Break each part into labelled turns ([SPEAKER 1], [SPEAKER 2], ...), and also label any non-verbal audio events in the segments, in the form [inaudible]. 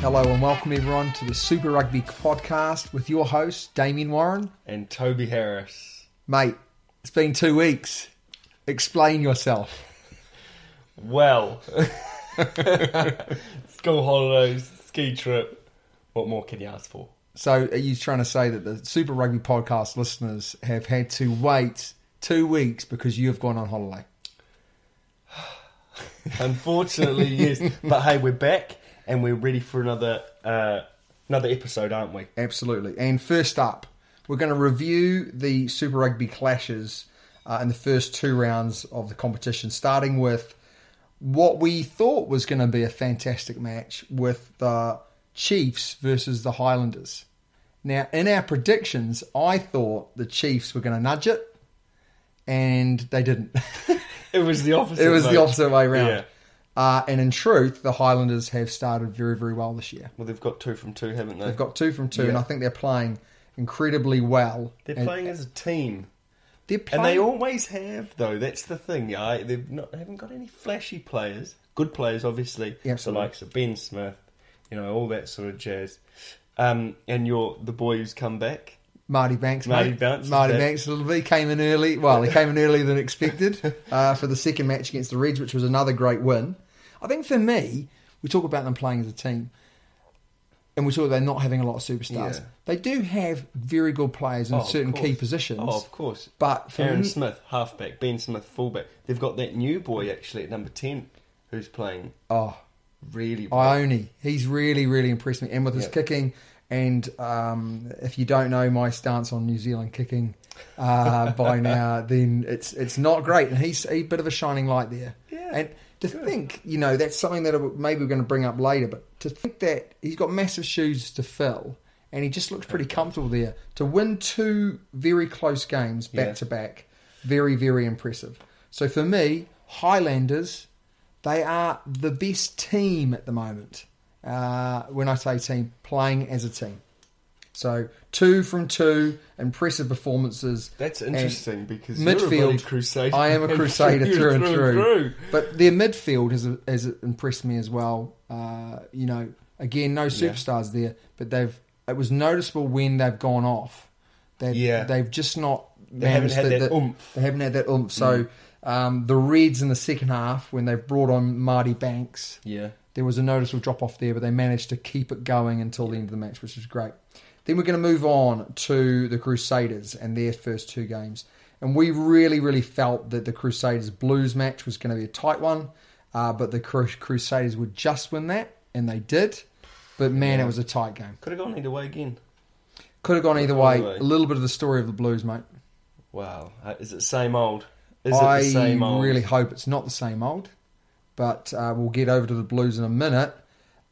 [SPEAKER 1] Hello and welcome everyone to the Super Rugby podcast with your host Damien Warren.
[SPEAKER 2] and Toby Harris.
[SPEAKER 1] Mate, it's been two weeks. Explain yourself.
[SPEAKER 2] Well,
[SPEAKER 1] [laughs]
[SPEAKER 2] school holidays, ski trip. What more can you ask for?
[SPEAKER 1] So, are you trying to say that the Super Rugby podcast listeners have had to wait two weeks because you have gone on holiday?
[SPEAKER 2] Unfortunately, yes. But hey, we're back and we're ready for another uh, another episode, aren't we?
[SPEAKER 1] Absolutely. And first up, we're going to review the Super Rugby clashes uh, in the first two rounds of the competition, starting with what we thought was going to be a fantastic match with the Chiefs versus the Highlanders. Now, in our predictions, I thought the Chiefs were going to nudge it, and they didn't. [laughs]
[SPEAKER 2] It was the opposite.
[SPEAKER 1] it was
[SPEAKER 2] mate.
[SPEAKER 1] the opposite way round.
[SPEAKER 2] Yeah.
[SPEAKER 1] Uh, and in truth, the Highlanders have started very, very well this year.
[SPEAKER 2] Well, they've got two from two, haven't they?
[SPEAKER 1] They've got two from two, and I think they're playing incredibly well.
[SPEAKER 2] They're
[SPEAKER 1] And-
[SPEAKER 2] playing as a team,
[SPEAKER 1] They're
[SPEAKER 2] and
[SPEAKER 1] playing.
[SPEAKER 2] they always have, though. That's the thing. I they've not they haven't got any flashy players. Good players, obviously.
[SPEAKER 1] Yeah, absolutely.
[SPEAKER 2] The likes of Ben Smith, you know, all that sort of jazz. Um, and you're the boy who's come back.
[SPEAKER 1] Marty Banks,
[SPEAKER 2] Marty
[SPEAKER 1] mate.
[SPEAKER 2] Banks is
[SPEAKER 1] Marty
[SPEAKER 2] back.
[SPEAKER 1] Banks, little V came in early. Well, he came in earlier than expected uh, for the second match against the Reds, which was another great win. I think for me, we talk about them playing as a team, and we talk about not having a lot of superstars.
[SPEAKER 2] Yeah.
[SPEAKER 1] They do have very good players in
[SPEAKER 2] Oh, of
[SPEAKER 1] certain key
[SPEAKER 2] course.
[SPEAKER 1] positions.
[SPEAKER 2] Oh, of course.
[SPEAKER 1] But for
[SPEAKER 2] Aaron
[SPEAKER 1] me-
[SPEAKER 2] Smith, halfback. Ben Smith, fullback. They've got that new boy actually at number ten, who's playing
[SPEAKER 1] Oh,
[SPEAKER 2] really well.
[SPEAKER 1] Ione, he's really, really impressed me, and with his
[SPEAKER 2] Yeah.
[SPEAKER 1] kicking. And um, if you don't know my stance on New Zealand kicking uh,
[SPEAKER 2] [laughs]
[SPEAKER 1] by now, then it's it's not great. And he's a bit of a shining light there.
[SPEAKER 2] Yeah,
[SPEAKER 1] And to think, you know, that's something that maybe we're going to bring up later. But to think that he's got massive shoes to fill, and he just looks pretty comfortable there to win two very close games back
[SPEAKER 2] Yeah.
[SPEAKER 1] to back, very very impressive. So for me, Highlanders they are the best team at the moment. Uh, when I say team, playing as a team. So two from two, impressive performances.
[SPEAKER 2] That's
[SPEAKER 1] And
[SPEAKER 2] interesting because you're a bloody crusader.
[SPEAKER 1] I am a crusader
[SPEAKER 2] [laughs] You're
[SPEAKER 1] through and
[SPEAKER 2] through
[SPEAKER 1] through.
[SPEAKER 2] and through.
[SPEAKER 1] But their midfield has, has impressed me as well. Uh, you know, again, no superstars there, but they've it was noticeable when they've gone off. They
[SPEAKER 2] Yeah.
[SPEAKER 1] they've just not
[SPEAKER 2] They haven't
[SPEAKER 1] managed
[SPEAKER 2] had
[SPEAKER 1] the-
[SPEAKER 2] that
[SPEAKER 1] the-
[SPEAKER 2] oomph.
[SPEAKER 1] They haven't had that oomph. So um, the Reds in the second half, when they brought on Marty Banks,
[SPEAKER 2] Yeah.
[SPEAKER 1] there was a noticeable drop off there, but they managed to keep it going until the end of the match, which was great. Then we're going to move on to the Crusaders and their first two games. And we really, really felt that the Crusaders Blues match was going to be a tight one, uh, but the Cru- Crusaders would just win that, and they did. But man, it was a tight game.
[SPEAKER 2] Could have gone either way again.
[SPEAKER 1] Could have gone either way.
[SPEAKER 2] Either way.
[SPEAKER 1] A little bit of the story of the Blues, mate.
[SPEAKER 2] Wow. Uh, Is it same old? Is
[SPEAKER 1] I
[SPEAKER 2] it the same old?
[SPEAKER 1] really hope it's not the same old, but uh, we'll get over to the Blues in a minute.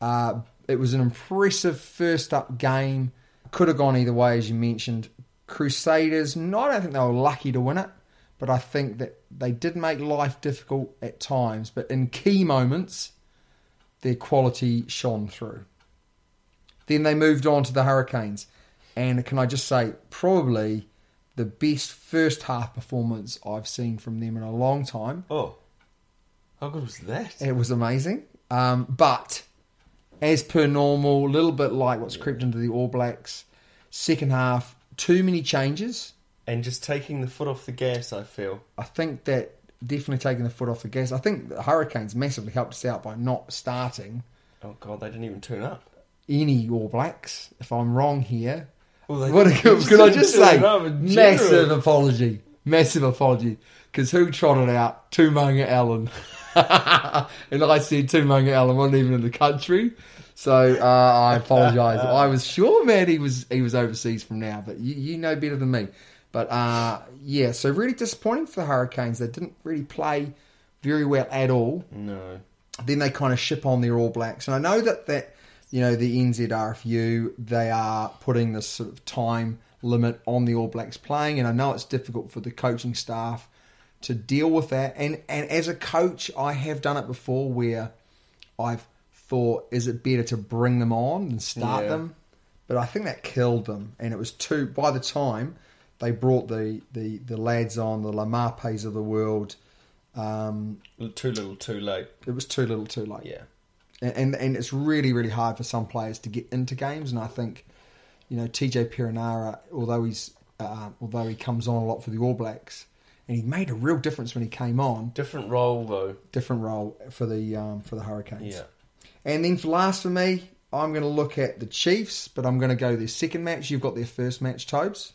[SPEAKER 1] Uh, it was an impressive first up game. Could have gone either way, as you mentioned. Crusaders, no, I don't think they were lucky to win it, but I think that they did make life difficult at times. But in key moments, their quality shone through. Then they moved on to the Hurricanes. And can I just say, probably the best first half performance I've seen from them in a long time.
[SPEAKER 2] Oh, how good was that?
[SPEAKER 1] It was amazing. Um, but as per normal, a little bit like what's crept into the All Blacks, second half, too many changes.
[SPEAKER 2] And just taking the foot off the gas, I feel.
[SPEAKER 1] I think that definitely taking the foot off the gas. I think the Hurricanes massively helped us out by not starting
[SPEAKER 2] Oh god, they didn't even turn up.
[SPEAKER 1] any All Blacks. If I'm wrong here,
[SPEAKER 2] Well, they
[SPEAKER 1] what
[SPEAKER 2] didn't-
[SPEAKER 1] could, could I just
[SPEAKER 2] didn't
[SPEAKER 1] say?
[SPEAKER 2] turn up in general.
[SPEAKER 1] Massive apology, massive apology. Because who trotted out Tumunga Allen? [laughs] and I said Tumunga Allen wasn't even in the country, so uh, I apologise. I was sure, man, he was he was overseas from now, but you, you know better than me. But uh, yeah, so really disappointing for the Hurricanes. They didn't really play very well at all
[SPEAKER 2] No.
[SPEAKER 1] then they kind of ship on their All Blacks. And I know that that you know the NZRFU they are putting this sort of time limit on the All Blacks playing, and I know it's difficult for the coaching staff to deal with that. And and as a coach, I have done it before where I've thought, is it better to bring them on and start
[SPEAKER 2] Yeah.
[SPEAKER 1] them? But I think that killed them, and it was too. By the time they brought the the, the lads on, the Lamapes of the world, um,
[SPEAKER 2] Too little, too late.
[SPEAKER 1] it was too little, too late
[SPEAKER 2] Yeah.
[SPEAKER 1] and, and and it's really really hard for some players to get into games. And I think you know TJ Piranara, although he's uh, although he comes on a lot for the All Blacks, and he made a real difference when he came on.
[SPEAKER 2] Different role though.
[SPEAKER 1] Different role for the um, for the Hurricanes.
[SPEAKER 2] Yeah.
[SPEAKER 1] And then for last for me, I'm going to look at the Chiefs, but I'm going to go their second match. You've got their first match, Tobes.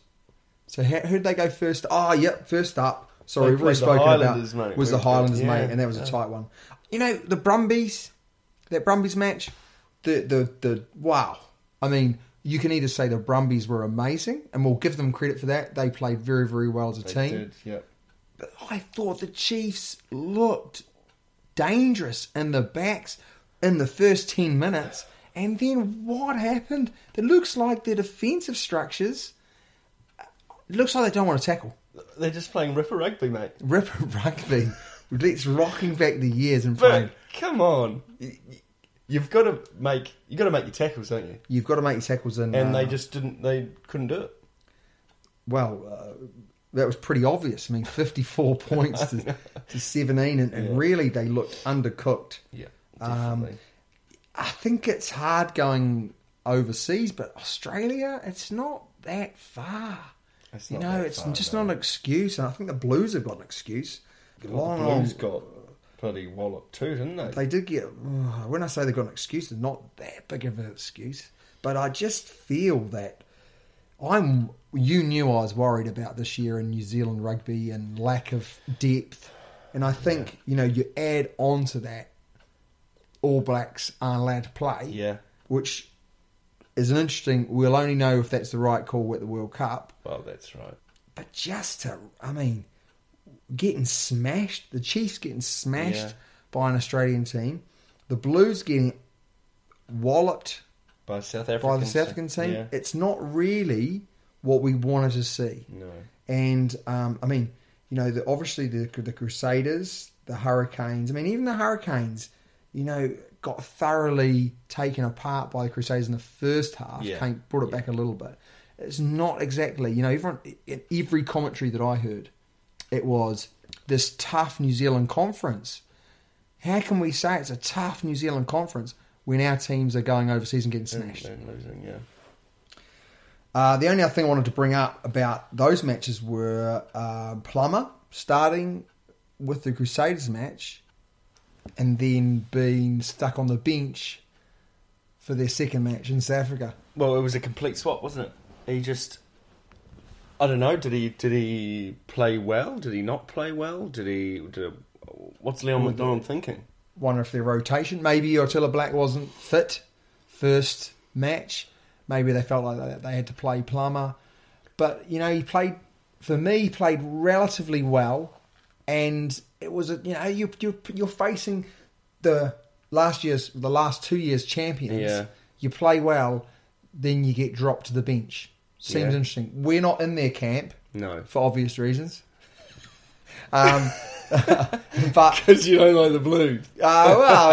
[SPEAKER 1] So how, who'd they go first? Oh, yep, first up. Sorry,
[SPEAKER 2] They
[SPEAKER 1] we've already
[SPEAKER 2] played the
[SPEAKER 1] spoken about
[SPEAKER 2] Highlanders, mate.
[SPEAKER 1] was the
[SPEAKER 2] We've-
[SPEAKER 1] Highlanders,
[SPEAKER 2] yeah,
[SPEAKER 1] mate, and that was
[SPEAKER 2] yeah.
[SPEAKER 1] a tight one. You know the Brumbies, that Brumbies match, the the the wow. I mean, you can either say the Brumbies were amazing, and we'll give them credit for that. They played very very well as a team.
[SPEAKER 2] yeah.
[SPEAKER 1] But I thought the Chiefs looked dangerous in the backs in the first 10 minutes. And then what happened? It looks like their defensive structures. It looks like they don't want to tackle.
[SPEAKER 2] They're just playing ripper rugby, mate.
[SPEAKER 1] Ripper [laughs] rugby. It's rocking back the years and playing.
[SPEAKER 2] But come on, Y- y- you've got to make you got to make your tackles, don't you?
[SPEAKER 1] You've got to make your tackles in.
[SPEAKER 2] And
[SPEAKER 1] uh,
[SPEAKER 2] they just didn't. They couldn't do it.
[SPEAKER 1] well, uh, that was pretty obvious. I mean, 54 [laughs] points to, to 17, and, and really they looked undercooked.
[SPEAKER 2] Yeah,
[SPEAKER 1] Um, I think it's hard going overseas, but Australia, it's not that far.
[SPEAKER 2] It's
[SPEAKER 1] you
[SPEAKER 2] not
[SPEAKER 1] know,
[SPEAKER 2] that
[SPEAKER 1] it's
[SPEAKER 2] far,
[SPEAKER 1] just
[SPEAKER 2] no.
[SPEAKER 1] not an excuse. And I think the Blues have got an excuse. Long,
[SPEAKER 2] the Blues
[SPEAKER 1] long-
[SPEAKER 2] got bloody wallop too, didn't they?
[SPEAKER 1] They did get. oh, When I say they got an excuse, they're not that big of an excuse. But I just feel that I'm. You knew I was worried about this year in New Zealand rugby and lack of depth, and I think you know you add on to that. All Blacks aren't allowed to play.
[SPEAKER 2] Yeah.
[SPEAKER 1] which is an interesting. We'll only know if that's the right call at the World Cup.
[SPEAKER 2] well, that's right.
[SPEAKER 1] But just to, I mean, getting smashed, the Chiefs getting smashed
[SPEAKER 2] Yeah.
[SPEAKER 1] by an Australian team, the Blues getting walloped
[SPEAKER 2] By South Africa.
[SPEAKER 1] by the South African team.
[SPEAKER 2] Yeah.
[SPEAKER 1] It's not really what we wanted to see.
[SPEAKER 2] No.
[SPEAKER 1] And um, I mean, you know, the, obviously the the Crusaders, the Hurricanes. I mean, even the Hurricanes, you know, got thoroughly taken apart by the Crusaders in the first half.
[SPEAKER 2] Yeah.
[SPEAKER 1] Came, brought it back a little bit. It's not exactly, you know, everyone, in every commentary that I heard, it was this tough New Zealand conference. How can we say it's a tough New Zealand conference when our teams are going overseas and getting
[SPEAKER 2] And
[SPEAKER 1] smashed?
[SPEAKER 2] they're losing. Yeah.
[SPEAKER 1] Uh, the only other thing I wanted to bring up about those matches were uh, Plummer starting with the Crusaders match and then being stuck on the bench for their second match in South Africa.
[SPEAKER 2] Well, it was a complete swap, wasn't it? He just. I don't know. Did he? Did he play well? Did he not play well? Did he? Did, what's Leon McDonald [laughs] thinking?
[SPEAKER 1] Wonder if their rotation, maybe Ottila Black wasn't fit first match. Maybe they felt like they- they had to play Plummer. But, you know, he played, for me, he played relatively well. And it was, a, you know, you, you're, you're facing the last year's, the last two years' champions.
[SPEAKER 2] Yeah.
[SPEAKER 1] You play well. then you get dropped to the bench. Seems
[SPEAKER 2] Yeah.
[SPEAKER 1] interesting. We're not in their camp
[SPEAKER 2] No.
[SPEAKER 1] for obvious reasons. [laughs] Um, [laughs] but
[SPEAKER 2] Because you don't like the Blues.
[SPEAKER 1] uh, well,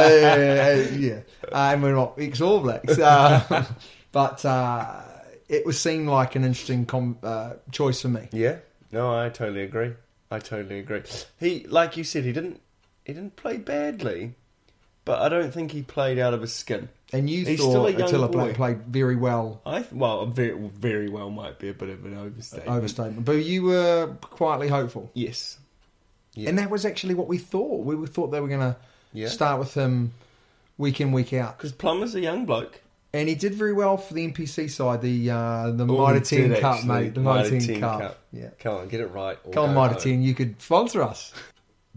[SPEAKER 1] uh, yeah, Uh, and we're not ex All Blacks, uh, [laughs] but uh, it was seemed like an interesting com- uh, choice for me.
[SPEAKER 2] Yeah. No, I totally agree. I totally agree. He, like you said, he didn't. He didn't play badly, but I don't think he played out of his skin.
[SPEAKER 1] And you
[SPEAKER 2] He's still a
[SPEAKER 1] thought
[SPEAKER 2] young
[SPEAKER 1] Attila Black
[SPEAKER 2] boy.
[SPEAKER 1] played very well,
[SPEAKER 2] I th- well, very, very well might be a bit of an overstatement.
[SPEAKER 1] overstatement, but you were quietly hopeful,
[SPEAKER 2] Yes. Yeah.
[SPEAKER 1] and that was actually what we thought. We were- thought they were going to
[SPEAKER 2] Yeah.
[SPEAKER 1] start with him week in, week out,
[SPEAKER 2] Because Plummer's a young bloke.
[SPEAKER 1] and he did very well for the NPC side, the uh, the
[SPEAKER 2] Oh,
[SPEAKER 1] Mitre
[SPEAKER 2] he did,
[SPEAKER 1] Ten Cup,
[SPEAKER 2] actually.
[SPEAKER 1] mate, the
[SPEAKER 2] Mitre
[SPEAKER 1] Mitre
[SPEAKER 2] 10
[SPEAKER 1] Ten Cup,
[SPEAKER 2] Cup.
[SPEAKER 1] yeah.
[SPEAKER 2] Come on, get it right. or
[SPEAKER 1] Come on,
[SPEAKER 2] go
[SPEAKER 1] Mitre
[SPEAKER 2] home.
[SPEAKER 1] 10, you could sponsor us.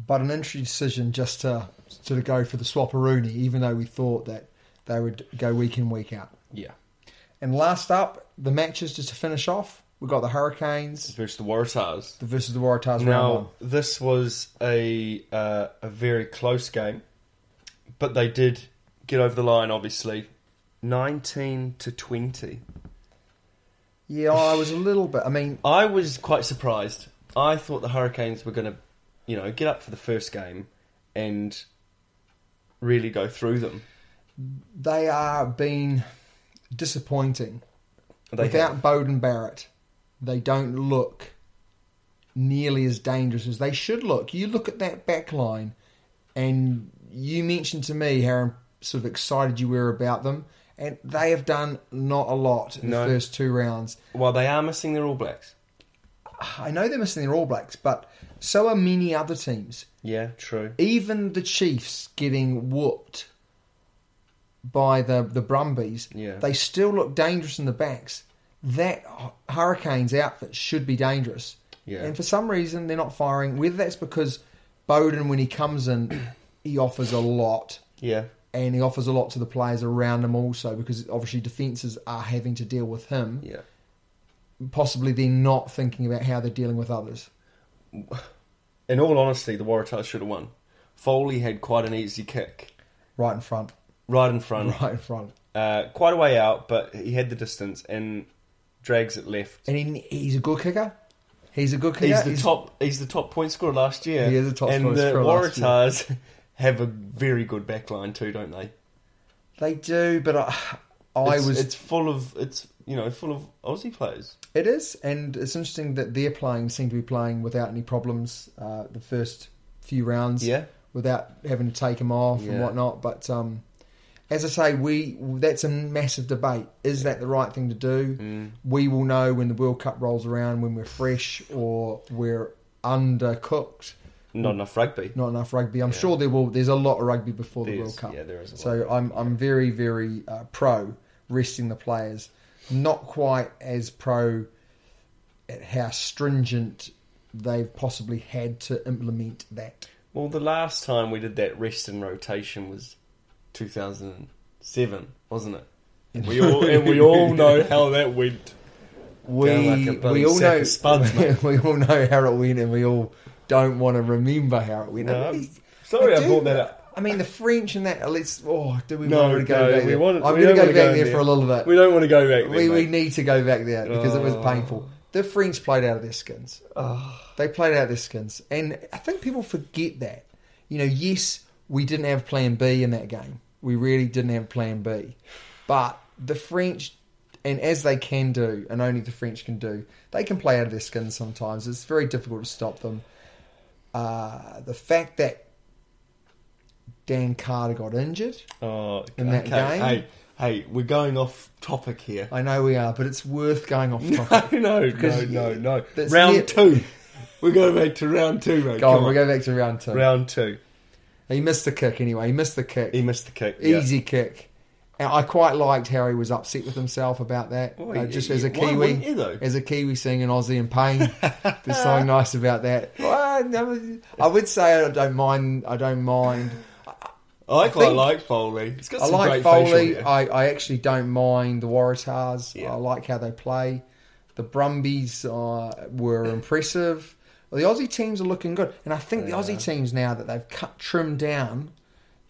[SPEAKER 1] But an interesting decision just to sort of go for the swapperoonie, even though we thought that they would go week in, week out.
[SPEAKER 2] Yeah.
[SPEAKER 1] And last up, the matches just to finish off. We've got the Hurricanes
[SPEAKER 2] Versus the Waratahs.
[SPEAKER 1] versus the Waratahs round one.
[SPEAKER 2] Now, this was a uh, a very close game, but they did get over the line. Obviously, nineteen to twenty.
[SPEAKER 1] Yeah, I was a little bit. I mean,
[SPEAKER 2] I was quite surprised. I thought the Hurricanes were going to, you know, get up for the first game and really go through them.
[SPEAKER 1] they are being disappointing.
[SPEAKER 2] They
[SPEAKER 1] Without
[SPEAKER 2] have-
[SPEAKER 1] Bowden Barrett, they don't look nearly as dangerous as they should look. You look at that back line, and you mentioned to me how sort of excited you were about them, and they have done not a lot in
[SPEAKER 2] No.
[SPEAKER 1] the first two rounds.
[SPEAKER 2] well, they are missing their All Blacks.
[SPEAKER 1] I know they're missing their All Blacks, but so are many other teams.
[SPEAKER 2] Yeah, true.
[SPEAKER 1] Even the Chiefs getting whooped by the the Brumbies,
[SPEAKER 2] Yeah.
[SPEAKER 1] they still look dangerous in the backs. That Hurricanes outfit should be dangerous.
[SPEAKER 2] Yeah.
[SPEAKER 1] And for some reason, they're not firing. Whether that's because Bowden, when he comes
[SPEAKER 2] [coughs]
[SPEAKER 1] in, he offers a lot.
[SPEAKER 2] Yeah,
[SPEAKER 1] And he offers a lot to the players around him also because obviously defences are having to deal with him.
[SPEAKER 2] yeah.
[SPEAKER 1] Possibly they're not thinking about how they're dealing with others.
[SPEAKER 2] In all honesty, the Waratahs should have won. Foley had quite an easy kick,
[SPEAKER 1] Right in front. [laughs]
[SPEAKER 2] right in front,
[SPEAKER 1] Right in front.
[SPEAKER 2] uh, quite a way out, but he had the distance and drags it left.
[SPEAKER 1] And he, he's a good kicker. He's a good kicker.
[SPEAKER 2] He's the top. He's the top point scorer last year.
[SPEAKER 1] He is the top
[SPEAKER 2] and
[SPEAKER 1] point
[SPEAKER 2] the
[SPEAKER 1] scorer last
[SPEAKER 2] Waratahs [laughs]
[SPEAKER 1] year.
[SPEAKER 2] have a very good back line too, don't they?
[SPEAKER 1] They do, but I, I
[SPEAKER 2] It's-
[SPEAKER 1] was.
[SPEAKER 2] It's full of. It's you know full of Aussie players.
[SPEAKER 1] It is, and it's interesting that they're playing seem to be playing without any problems. Uh, the first few rounds,
[SPEAKER 2] Yeah.
[SPEAKER 1] without having to take them off and
[SPEAKER 2] Yeah.
[SPEAKER 1] whatnot. But um, as I say, we that's a massive debate. Is that the right thing to do?
[SPEAKER 2] Mm.
[SPEAKER 1] We will know when the World Cup rolls around when we're fresh or we're undercooked.
[SPEAKER 2] Not
[SPEAKER 1] Mm.
[SPEAKER 2] enough rugby.
[SPEAKER 1] Not enough rugby. I'm sure there will. There's a lot of rugby before the
[SPEAKER 2] There's-
[SPEAKER 1] World Cup.
[SPEAKER 2] yeah, there is a lot
[SPEAKER 1] so
[SPEAKER 2] of rugby,
[SPEAKER 1] I'm I'm very very uh, pro resting the players. Not quite as pro at how stringent they've possibly had to implement that.
[SPEAKER 2] Well, the last time we did that rest and rotation was 2007, wasn't it? We all and
[SPEAKER 1] [laughs]
[SPEAKER 2] we all know how that went.
[SPEAKER 1] We
[SPEAKER 2] like a bloody
[SPEAKER 1] we all
[SPEAKER 2] sack
[SPEAKER 1] know [laughs]
[SPEAKER 2] of spuds, mate.
[SPEAKER 1] we all know how it went, and we all don't want to remember how it went.
[SPEAKER 2] No,
[SPEAKER 1] I mean,
[SPEAKER 2] I'm sorry I
[SPEAKER 1] do-
[SPEAKER 2] brought that up.
[SPEAKER 1] I mean the French and that. Let's oh, do we
[SPEAKER 2] No,
[SPEAKER 1] want to go
[SPEAKER 2] no,
[SPEAKER 1] back
[SPEAKER 2] we
[SPEAKER 1] there?
[SPEAKER 2] want-
[SPEAKER 1] I'm
[SPEAKER 2] Oh,
[SPEAKER 1] going
[SPEAKER 2] we
[SPEAKER 1] to
[SPEAKER 2] don't
[SPEAKER 1] go
[SPEAKER 2] wanna
[SPEAKER 1] back
[SPEAKER 2] go
[SPEAKER 1] there
[SPEAKER 2] there.
[SPEAKER 1] for a little bit.
[SPEAKER 2] We don't want to go back. There,
[SPEAKER 1] we, we
[SPEAKER 2] mate.
[SPEAKER 1] need to go back there because it was
[SPEAKER 2] Oh.
[SPEAKER 1] painful. The French played out of their skins. They played out of their skins. And I think people forget that. You know, yes, we didn't have plan B in that game. We really didn't have plan B. But the French, and as they can do, and only the French can do, they can play out of their skins sometimes. It's very difficult to stop them. Uh, the fact that Dan Carter got injured,
[SPEAKER 2] Oh,
[SPEAKER 1] in that game.
[SPEAKER 2] Hey, hey, we're going off topic here. [laughs]
[SPEAKER 1] I know we are, but it's worth going off topic.
[SPEAKER 2] no, no,
[SPEAKER 1] Because
[SPEAKER 2] no, no.
[SPEAKER 1] that's
[SPEAKER 2] Round
[SPEAKER 1] it.
[SPEAKER 2] two. We're going back to round two, mate.
[SPEAKER 1] Go on,
[SPEAKER 2] Come
[SPEAKER 1] we'll go back to round two.
[SPEAKER 2] Round two.
[SPEAKER 1] He missed the kick anyway. He missed the kick.
[SPEAKER 2] He missed the kick. yeah.
[SPEAKER 1] Easy kick. And I quite liked how he was upset with himself about that.
[SPEAKER 2] Well,
[SPEAKER 1] Uh,
[SPEAKER 2] he-
[SPEAKER 1] just
[SPEAKER 2] he-
[SPEAKER 1] as a
[SPEAKER 2] why
[SPEAKER 1] Kiwi,
[SPEAKER 2] wouldn't you, though?
[SPEAKER 1] as a Kiwi seeing an Aussie in
[SPEAKER 2] [laughs]
[SPEAKER 1] pain, there's something nice about that. Well, no, I would say I don't mind. I don't mind.
[SPEAKER 2] I quite
[SPEAKER 1] think-
[SPEAKER 2] like Foley. He's got
[SPEAKER 1] I
[SPEAKER 2] some
[SPEAKER 1] like
[SPEAKER 2] great facial
[SPEAKER 1] Foley.
[SPEAKER 2] hair.
[SPEAKER 1] I, I actually don't mind the Waratahs.
[SPEAKER 2] Yeah.
[SPEAKER 1] I like how they play. The Brumbies uh, were
[SPEAKER 2] [coughs]
[SPEAKER 1] impressive. The Aussie teams are looking good, and I think the Aussie teams now that they've cut trimmed down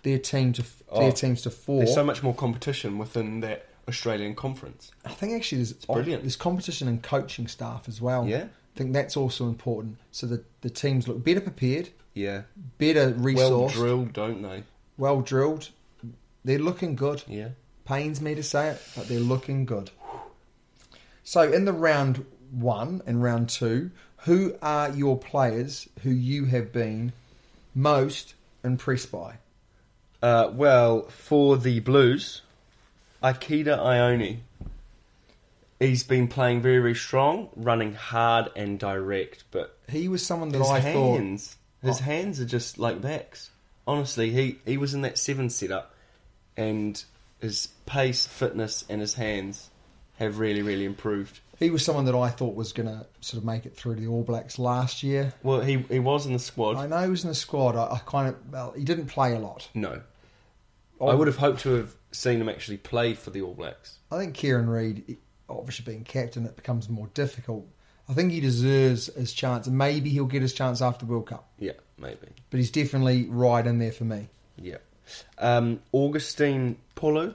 [SPEAKER 1] their team to their
[SPEAKER 2] Oh,
[SPEAKER 1] teams to four.
[SPEAKER 2] There's so much more competition within that Australian conference.
[SPEAKER 1] I think actually there's
[SPEAKER 2] brilliant.
[SPEAKER 1] There's competition and coaching staff as well.
[SPEAKER 2] Yeah.
[SPEAKER 1] I think that's also important. So that the teams look better prepared,
[SPEAKER 2] Yeah.
[SPEAKER 1] better
[SPEAKER 2] Well
[SPEAKER 1] resourced, well,
[SPEAKER 2] drilled, don't they?
[SPEAKER 1] drilled. They're looking good.
[SPEAKER 2] Yeah.
[SPEAKER 1] Pains me to say it, but they're looking good. So in the round one and round two, who are your players who you have been most impressed by?
[SPEAKER 2] Uh, well, for the Blues, Akida Ione. He's been playing very, very strong, running hard and direct, but
[SPEAKER 1] He was someone that
[SPEAKER 2] his
[SPEAKER 1] I thought
[SPEAKER 2] hands, his
[SPEAKER 1] Oh.
[SPEAKER 2] hands are just like backs. Honestly, he, he was in that seven setup, and his pace, fitness, and his hands have really, really improved.
[SPEAKER 1] he was someone that I thought was going to sort of make it through to the All Blacks last year.
[SPEAKER 2] Well, he he was in the squad.
[SPEAKER 1] I know he was in the squad. I, I kind of well, he didn't play a lot.
[SPEAKER 2] no,
[SPEAKER 1] Oh.
[SPEAKER 2] I would have hoped to have seen him actually play for the All Blacks.
[SPEAKER 1] I think Kieran Reid, obviously being captain, it becomes more difficult. I think he deserves his chance, and maybe he'll get his chance after the World Cup.
[SPEAKER 2] Yeah, maybe.
[SPEAKER 1] But he's definitely right in there for me.
[SPEAKER 2] Yeah. Um, Augustine Polo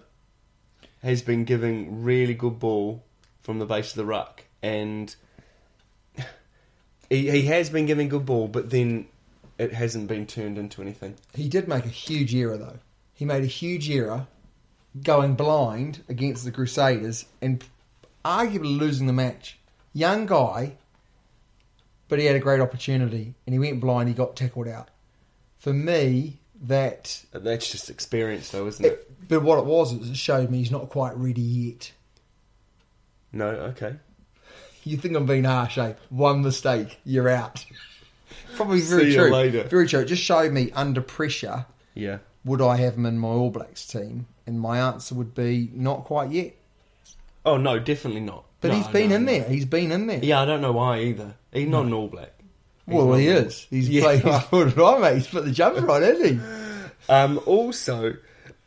[SPEAKER 2] has been giving really good ball from the base of the ruck, and he, he has been giving good ball, but then it hasn't been turned into anything.
[SPEAKER 1] He did make a huge error though. He made a huge error going blind against the Crusaders and arguably losing the match. Young guy, but he had a great opportunity and he went blind. He got tackled out. For me, that
[SPEAKER 2] But Uh, That's just experience, though, isn't it?
[SPEAKER 1] It- but what it was, it showed me he's not quite ready yet.
[SPEAKER 2] No. Okay.
[SPEAKER 1] You think I'm being harsh, eh? One mistake, you're out. [laughs] Probably very
[SPEAKER 2] See you
[SPEAKER 1] true.
[SPEAKER 2] later.
[SPEAKER 1] Very true. It just showed me under pressure,
[SPEAKER 2] Yeah.
[SPEAKER 1] would I have him in my All Blacks team? And my answer would be not quite yet.
[SPEAKER 2] Oh no, definitely not.
[SPEAKER 1] But
[SPEAKER 2] No,
[SPEAKER 1] he's been
[SPEAKER 2] no,
[SPEAKER 1] in
[SPEAKER 2] no.
[SPEAKER 1] there. He's been in there.
[SPEAKER 2] Yeah, I don't know why either. He's not an All Black. He's
[SPEAKER 1] well,
[SPEAKER 2] not
[SPEAKER 1] he
[SPEAKER 2] an All-
[SPEAKER 1] is. He's
[SPEAKER 2] [laughs] Yeah.
[SPEAKER 1] played. [laughs] He's put it on, mate. He's put the jumper on, hasn't
[SPEAKER 2] [laughs]
[SPEAKER 1] he?
[SPEAKER 2] Um, also,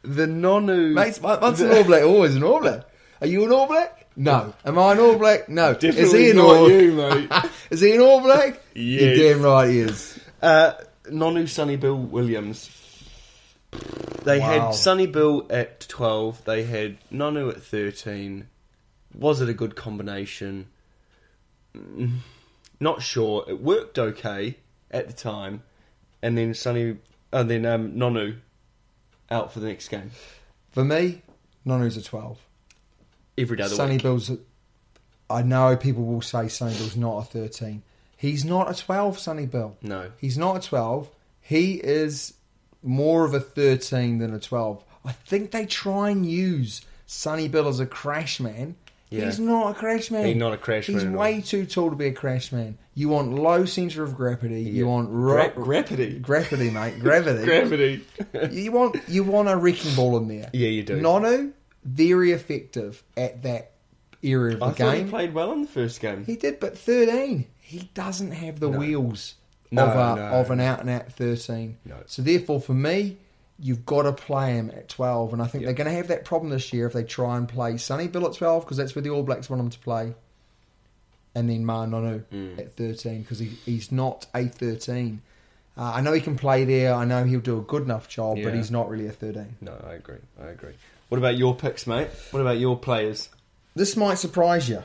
[SPEAKER 2] the Nonu.
[SPEAKER 1] Mate, that's an All Black. Always an All Black. Are you an All Black? No. Am I an All Black? No. is
[SPEAKER 2] [laughs] Definitely
[SPEAKER 1] he an
[SPEAKER 2] not
[SPEAKER 1] All [laughs]
[SPEAKER 2] you, mate.
[SPEAKER 1] is he an All Black?
[SPEAKER 2] [laughs] Yes.
[SPEAKER 1] You're damn right he is.
[SPEAKER 2] Uh, Nonu Sonny Bill Williams. They
[SPEAKER 1] Wow.
[SPEAKER 2] had Sonny Bill at 12, they had Nonu at 13. Was it a good combination? Mm, Not sure. It worked okay at the time. And then Sonny. And then um, Nonu out for the next game.
[SPEAKER 1] For me, Nonu's a twelve.
[SPEAKER 2] Every day of the
[SPEAKER 1] Sonny
[SPEAKER 2] week.
[SPEAKER 1] Bill's. A, I know people will say Sonny Bill's not a thirteen. He's not a twelve, Sonny Bill.
[SPEAKER 2] No.
[SPEAKER 1] he's not a twelve. He is more of a thirteen than a twelve. I think they try and use Sonny Bill as a crash man.
[SPEAKER 2] Yeah.
[SPEAKER 1] He's not a crash man.
[SPEAKER 2] He's not a crash
[SPEAKER 1] He's
[SPEAKER 2] man at all.
[SPEAKER 1] way too tall to be a crash man. You want low center of gravity. You
[SPEAKER 2] Yeah.
[SPEAKER 1] want
[SPEAKER 2] Gra-
[SPEAKER 1] ro-
[SPEAKER 2] gravity.
[SPEAKER 1] gravity, mate. Gravity.
[SPEAKER 2] [laughs] Gravity.
[SPEAKER 1] [laughs] You want you want a wrecking ball in there.
[SPEAKER 2] Yeah, you do.
[SPEAKER 1] Nonu, very effective at that area of the
[SPEAKER 2] I thought
[SPEAKER 1] game.
[SPEAKER 2] he played well in the first game.
[SPEAKER 1] He did, but thirteen, he doesn't have the wheels
[SPEAKER 2] No,
[SPEAKER 1] of a,
[SPEAKER 2] no.
[SPEAKER 1] of an out and out thirteen.
[SPEAKER 2] No.
[SPEAKER 1] So therefore, for me, you've got to play him at twelve, and I think
[SPEAKER 2] Yep.
[SPEAKER 1] they're going to have that problem this year if they try and play Sonny Bill at twelve because that's where the All Blacks want him to play, and then Ma Nonu
[SPEAKER 2] Mm.
[SPEAKER 1] at thirteen because he, he's not a thirteen. Uh, I know he can play there. I know he'll do a good enough job, but
[SPEAKER 2] Yeah.
[SPEAKER 1] he's not really a thirteen.
[SPEAKER 2] No, I agree. I agree. What about your picks, mate? What about your players?
[SPEAKER 1] This might surprise you,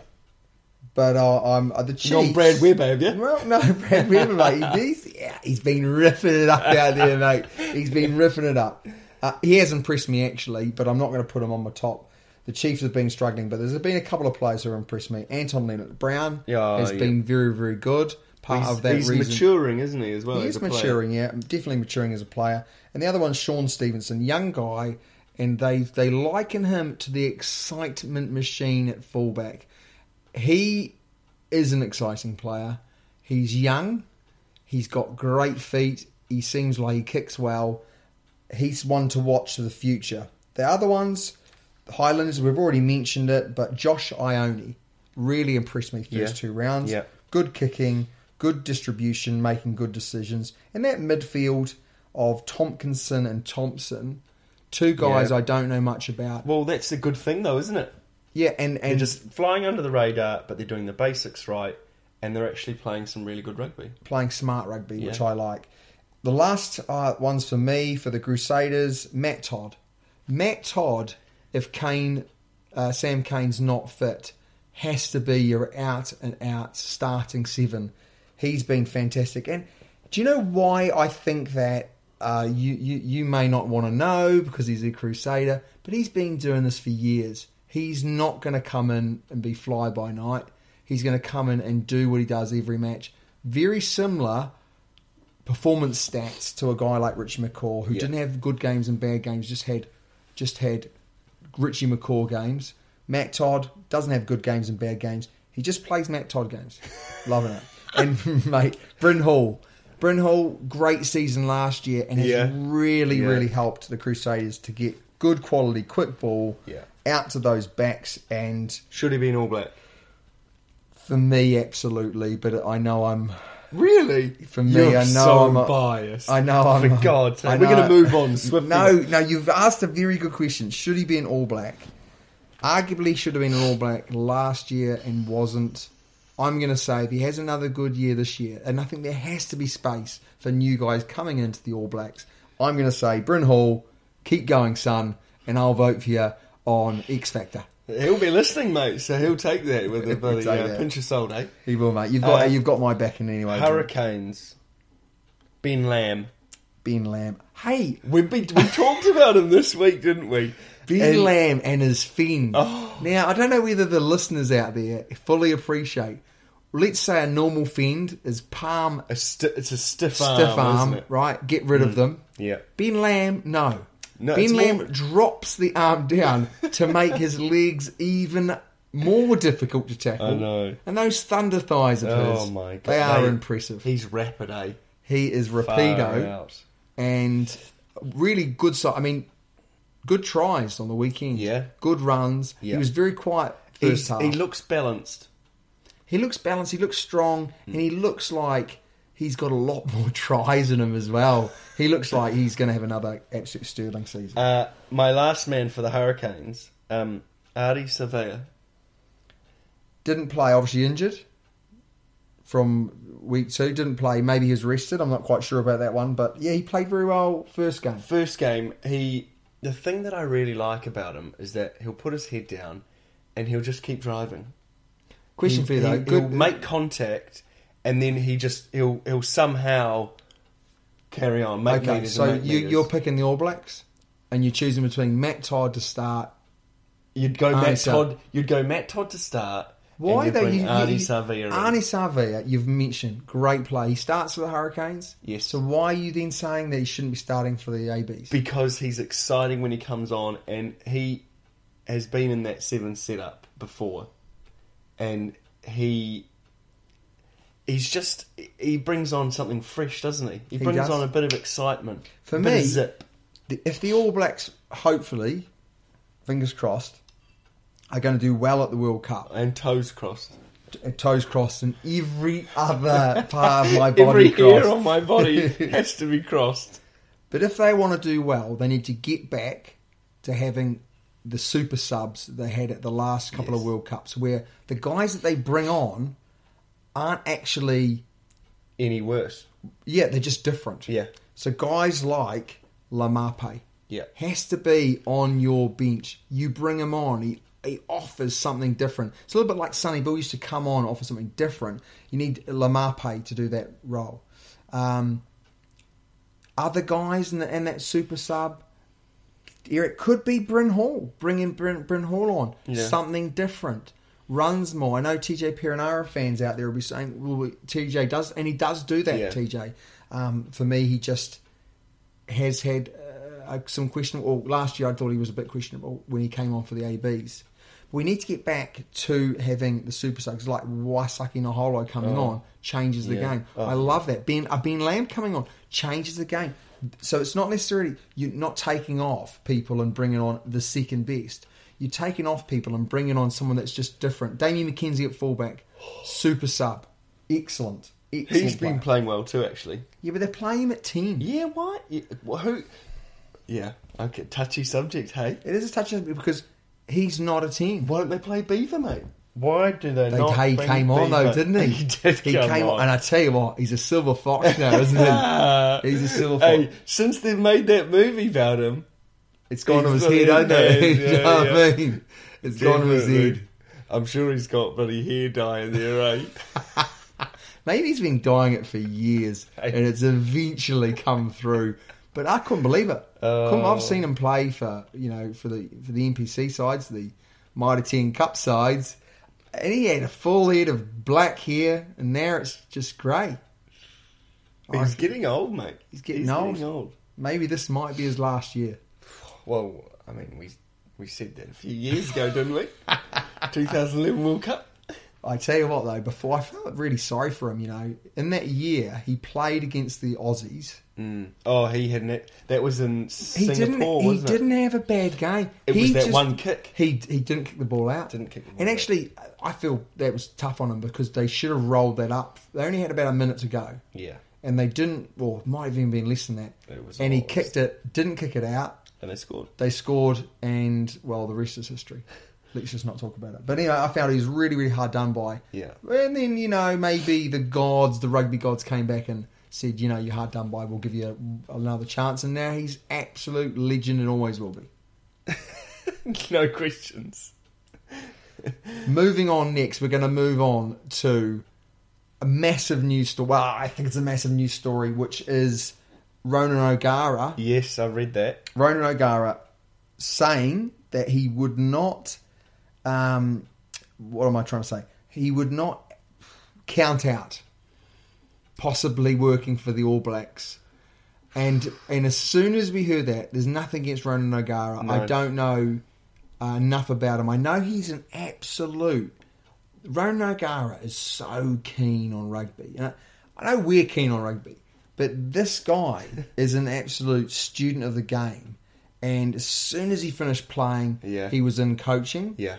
[SPEAKER 1] but uh, I'm uh, the Chiefs.
[SPEAKER 2] You're on Brad Webb, have you?
[SPEAKER 1] Well, no, [laughs] Brad Weber, mate. He's, yeah, he's been ripping it up out there, mate. He's been ripping it up. Uh, he has impressed me, actually, but I'm not going to put him on my top. The Chiefs have been struggling, but there's been a couple of players who have impressed me. Anton Leonard Brown
[SPEAKER 2] Yeah,
[SPEAKER 1] has
[SPEAKER 2] yeah.
[SPEAKER 1] been very, very good. Part
[SPEAKER 2] he's,
[SPEAKER 1] of that
[SPEAKER 2] he's
[SPEAKER 1] reason.
[SPEAKER 2] maturing, isn't he? As well,
[SPEAKER 1] He
[SPEAKER 2] as
[SPEAKER 1] is
[SPEAKER 2] a player?
[SPEAKER 1] maturing, yeah, definitely maturing as a player. And the other one's Sean Stevenson, young guy, and they they liken him to the excitement machine at fullback. He is an exciting player. He's young. He's got great feet. He seems like he kicks well. He's one to watch for the future. The other ones, the Highlanders, we've already mentioned it, but Josh Ione really impressed me first
[SPEAKER 2] Yeah.
[SPEAKER 1] two rounds
[SPEAKER 2] Yeah.
[SPEAKER 1] good kicking, good distribution, making good decisions. And that midfield of Tompkinson and Thompson, two guys
[SPEAKER 2] Yeah.
[SPEAKER 1] I don't know much about.
[SPEAKER 2] Well, that's a good thing, though, isn't it?
[SPEAKER 1] yeah, and
[SPEAKER 2] They're
[SPEAKER 1] and
[SPEAKER 2] just flying under the radar, but they're doing the basics right, and they're actually playing some really good rugby.
[SPEAKER 1] playing smart rugby, which
[SPEAKER 2] Yeah.
[SPEAKER 1] I like. The last uh, ones for me for the Crusaders, Matt Todd. Matt Todd, if Kane uh, Sam Kane's not fit has to be your out and out starting seven. He's been fantastic. And do you know why I think that uh, you, you you may not want to know because he's a crusader, but he's been doing this for years. He's not going to come in and be fly by night. He's going to come in and do what he does every match. Very similar performance stats to a guy like Richie McCaw, who
[SPEAKER 2] Yeah.
[SPEAKER 1] didn't have good games and bad games, just had just had Richie McCaw games. Matt Todd doesn't have good games and bad games. He just plays Matt Todd
[SPEAKER 2] [laughs]
[SPEAKER 1] games. Loving it. And [laughs] mate, Bryn Hall. Bryn Hall, great season last year and has
[SPEAKER 2] Yeah.
[SPEAKER 1] really,
[SPEAKER 2] Yeah.
[SPEAKER 1] really helped the Crusaders to get good quality quick ball
[SPEAKER 2] Yeah.
[SPEAKER 1] out to those backs and
[SPEAKER 2] Should he be an All Black?
[SPEAKER 1] for me absolutely, but I know I'm
[SPEAKER 2] Really?
[SPEAKER 1] For me,
[SPEAKER 2] You're
[SPEAKER 1] I know
[SPEAKER 2] so
[SPEAKER 1] I'm a-
[SPEAKER 2] biased.
[SPEAKER 1] I know I'm
[SPEAKER 2] For God's
[SPEAKER 1] I
[SPEAKER 2] sake, we're
[SPEAKER 1] know-
[SPEAKER 2] going to move on swiftly.
[SPEAKER 1] No, no, you've asked a very good question. Should he be an All Black? Arguably, should have been an All Black last year and wasn't. I'm going to say if he has another good year this year, and I think there has to be space for new guys coming into the All Blacks. I'm going to say Bryn Hall, keep going, son, and I'll vote for you on X Factor.
[SPEAKER 2] He'll be listening, mate, so he'll take
[SPEAKER 1] [laughs]
[SPEAKER 2] that with a bloody
[SPEAKER 1] Take
[SPEAKER 2] uh,
[SPEAKER 1] that.
[SPEAKER 2] pinch of salt, eh?
[SPEAKER 1] He will, mate. You've got
[SPEAKER 2] Uh,
[SPEAKER 1] you've got my backing anyway. Jordan.
[SPEAKER 2] Hurricanes. Ben Lamb.
[SPEAKER 1] Ben Lamb. Hey,
[SPEAKER 2] We, we, we talked about him this week, didn't we?
[SPEAKER 1] Ben
[SPEAKER 2] And-
[SPEAKER 1] Lamb and his fin.
[SPEAKER 2] Oh.
[SPEAKER 1] Now, I don't know whether the listeners out there fully appreciate. Let's say a normal fend is palm
[SPEAKER 2] A sti- it's a stiff arm,
[SPEAKER 1] stiff arm,
[SPEAKER 2] isn't it? Mm.
[SPEAKER 1] right? Get rid of them.
[SPEAKER 2] Yeah.
[SPEAKER 1] Ben Lamb, no.
[SPEAKER 2] No, it's
[SPEAKER 1] ben
[SPEAKER 2] more-
[SPEAKER 1] Lamb drops the arm down to make his
[SPEAKER 2] [laughs]
[SPEAKER 1] legs even more difficult to tackle.
[SPEAKER 2] I know.
[SPEAKER 1] And those thunder thighs of his,
[SPEAKER 2] Oh my god,
[SPEAKER 1] they are
[SPEAKER 2] mate.
[SPEAKER 1] impressive. He,
[SPEAKER 2] He's rapid, eh?
[SPEAKER 1] is
[SPEAKER 2] Far
[SPEAKER 1] rapido
[SPEAKER 2] out.
[SPEAKER 1] and really good. So I mean, good tries on the weekend.
[SPEAKER 2] Yeah.
[SPEAKER 1] good runs. He
[SPEAKER 2] Yeah.
[SPEAKER 1] was very quiet first
[SPEAKER 2] He's,
[SPEAKER 1] half.
[SPEAKER 2] he looks balanced.
[SPEAKER 1] He looks balanced. He looks strong,
[SPEAKER 2] Hmm.
[SPEAKER 1] and he looks like he's got a lot [laughs] more tries in him as well. He looks like he's going to have another absolute sterling season.
[SPEAKER 2] Uh, my last man for the Hurricanes, um, Ari Savea.
[SPEAKER 1] Didn't play, obviously injured from week two. Didn't play. Maybe he was rested. I'm not quite sure about that one, but yeah, he played very well first game.
[SPEAKER 2] First game, he the thing that I really like about him is that he'll put his head down and he'll just keep driving.
[SPEAKER 1] Question
[SPEAKER 2] He-
[SPEAKER 1] for you though.
[SPEAKER 2] he-
[SPEAKER 1] good-
[SPEAKER 2] He'll make contact, and then he just he'll he'll somehow carry on. Make
[SPEAKER 1] okay,
[SPEAKER 2] meters
[SPEAKER 1] so
[SPEAKER 2] and make
[SPEAKER 1] you,
[SPEAKER 2] meters.
[SPEAKER 1] you're picking the All Blacks, and you're choosing between Matt Todd to start.
[SPEAKER 2] you'd go
[SPEAKER 1] Arnie
[SPEAKER 2] Matt
[SPEAKER 1] Sa-
[SPEAKER 2] Todd. You'd go Matt Todd to start. and
[SPEAKER 1] Why
[SPEAKER 2] you'd
[SPEAKER 1] though?
[SPEAKER 2] bring
[SPEAKER 1] You,
[SPEAKER 2] Arnie
[SPEAKER 1] you,
[SPEAKER 2] Savea in.
[SPEAKER 1] Arnie Savia, you've mentioned great play. He starts for the Hurricanes.
[SPEAKER 2] Yes.
[SPEAKER 1] So why are you then saying that he shouldn't be starting for the ABs?
[SPEAKER 2] because he's exciting when he comes on, and he has been in that seven setup before, and he he's just he brings on something fresh, doesn't he? He, brings
[SPEAKER 1] does.
[SPEAKER 2] on a bit of excitement
[SPEAKER 1] For
[SPEAKER 2] a bit of
[SPEAKER 1] me-
[SPEAKER 2] zip.
[SPEAKER 1] The- if the All Blacks, hopefully, fingers crossed, are going to do well at the World Cup,
[SPEAKER 2] and toes crossed. Uh,
[SPEAKER 1] t- toes crossed, and every other part of my body
[SPEAKER 2] [laughs] Every
[SPEAKER 1] crossed.
[SPEAKER 2] hair on my body
[SPEAKER 1] [laughs]
[SPEAKER 2] has to be crossed.
[SPEAKER 1] But if they want to do well, they need to get back to having the super subs they had at the last couple of World Cups, where the guys that they bring on aren't actually
[SPEAKER 2] Any worse?
[SPEAKER 1] Yeah, they're just different.
[SPEAKER 2] Yeah.
[SPEAKER 1] So guys like Lamape
[SPEAKER 2] Yeah.
[SPEAKER 1] has to be on your bench. You bring him on, he, he offers something different. It's a little bit like Sonny Bill used to come on, offer something different. You need Lamape to do that role. Um, other guys in, the, in that super sub, Eric could be Bryn Hall. Bring in Bryn, Bryn Hall on.
[SPEAKER 2] Yeah.
[SPEAKER 1] Something different. Runs more. I know TJ Perenara fans out there will be saying, well, TJ does, and he does do that,
[SPEAKER 2] Yeah.
[SPEAKER 1] TJ. Um, for me, he just has had uh, some questionable. Well, last year, I thought he was a bit questionable when he came on for the ABs. We need to get back to having the super subs like Waisaki Naholo coming on changes the
[SPEAKER 2] Oh. Yeah. Oh.
[SPEAKER 1] game. I love that. Ben uh, Ben Lamb coming on changes the game. So it's not necessarily you're not taking off people and bringing on the second best. You're taking off people and bringing on someone that's just different. Damien McKenzie at fullback, super sub, excellent. excellent
[SPEAKER 2] He's been
[SPEAKER 1] player.
[SPEAKER 2] playing well too, actually.
[SPEAKER 1] yeah, but they're playing him at ten.
[SPEAKER 2] Yeah, why? Yeah, well, who? Yeah, okay, touchy subject, hey.
[SPEAKER 1] It is a touch because he's not a team.
[SPEAKER 2] Why don't they play Beaver, mate? Why do they,
[SPEAKER 1] They,
[SPEAKER 2] not?
[SPEAKER 1] he
[SPEAKER 2] bring
[SPEAKER 1] came on though,
[SPEAKER 2] Beaver?
[SPEAKER 1] didn't he?
[SPEAKER 2] [laughs] He did.
[SPEAKER 1] He
[SPEAKER 2] come
[SPEAKER 1] came
[SPEAKER 2] on.
[SPEAKER 1] and I tell you what, he's a silver fox now, isn't
[SPEAKER 2] [laughs]
[SPEAKER 1] he? He's a silver fox.
[SPEAKER 2] Hey, since they made that movie about him,
[SPEAKER 1] It's gone to
[SPEAKER 2] he's
[SPEAKER 1] his head,
[SPEAKER 2] got it
[SPEAKER 1] hasn't
[SPEAKER 2] in
[SPEAKER 1] it?
[SPEAKER 2] there,
[SPEAKER 1] [laughs] you know
[SPEAKER 2] yeah,
[SPEAKER 1] what I mean? It's gone with Zed.
[SPEAKER 2] Definitely. I'm sure he's got bloody hair dye in there,
[SPEAKER 1] [laughs]
[SPEAKER 2] eh?
[SPEAKER 1] Maybe he's been dying it for years,
[SPEAKER 2] Hey.
[SPEAKER 1] and it's eventually come through. But I couldn't believe it. Couldn't- I've seen him play for you know for the for the NPC sides, the Mitre Ten Cup sides, and he had a full head of black hair, and now it's just grey.
[SPEAKER 2] he's getting old, mate.
[SPEAKER 1] He's getting old. Maybe this might be his last year.
[SPEAKER 2] Well, I mean, we we said that a [laughs] few years ago, didn't we? 2011 World Cup.
[SPEAKER 1] I tell you what though, before I felt really sorry for him. You know, in that year he played against the Aussies.
[SPEAKER 2] Mm. Oh, he had an, that was in
[SPEAKER 1] He
[SPEAKER 2] Singapore,
[SPEAKER 1] didn't. He
[SPEAKER 2] wasn't
[SPEAKER 1] didn't
[SPEAKER 2] it?
[SPEAKER 1] have a bad game.
[SPEAKER 2] It
[SPEAKER 1] he
[SPEAKER 2] was that one kick.
[SPEAKER 1] He he didn't kick the ball out.
[SPEAKER 2] Didn't kick the ball
[SPEAKER 1] And
[SPEAKER 2] out.
[SPEAKER 1] actually, I feel that was tough on him because they should have rolled that up. They only had about a minute to go.
[SPEAKER 2] Yeah.
[SPEAKER 1] And they didn't. Or it might have even been less than that.
[SPEAKER 2] It was
[SPEAKER 1] and he
[SPEAKER 2] almost-
[SPEAKER 1] kicked it. Didn't kick it out.
[SPEAKER 2] And they scored. [laughs]
[SPEAKER 1] They scored, and well, the rest is history. Let's just not talk about it. But anyway, I found he was really, really hard done by.
[SPEAKER 2] Yeah.
[SPEAKER 1] And then you know maybe the gods, the rugby gods, came back and said, you know, you're hard done by. We'll give you another chance. And now he's absolute legend and always will be.
[SPEAKER 2] no questions.
[SPEAKER 1] Moving on next, we're going to move on to a massive news story. Well, I think it's a massive news story, which is Ronan O'Gara.
[SPEAKER 2] Yes, I read that.
[SPEAKER 1] Ronan O'Gara saying that he would not. Um, what am I trying to say? He would not count out possibly working for the All Blacks. And and as soon as we heard that, there's nothing against Ronan O'Gara. I
[SPEAKER 2] No.
[SPEAKER 1] don't know uh, enough about him. I know he's an absolute. Ronan O'Gara is so keen on rugby. And I, I know we're keen on rugby, but this
[SPEAKER 2] [laughs]
[SPEAKER 1] guy is an absolute student of the game. And as soon as he finished playing,
[SPEAKER 2] Yeah.
[SPEAKER 1] he was in coaching.
[SPEAKER 2] Yeah.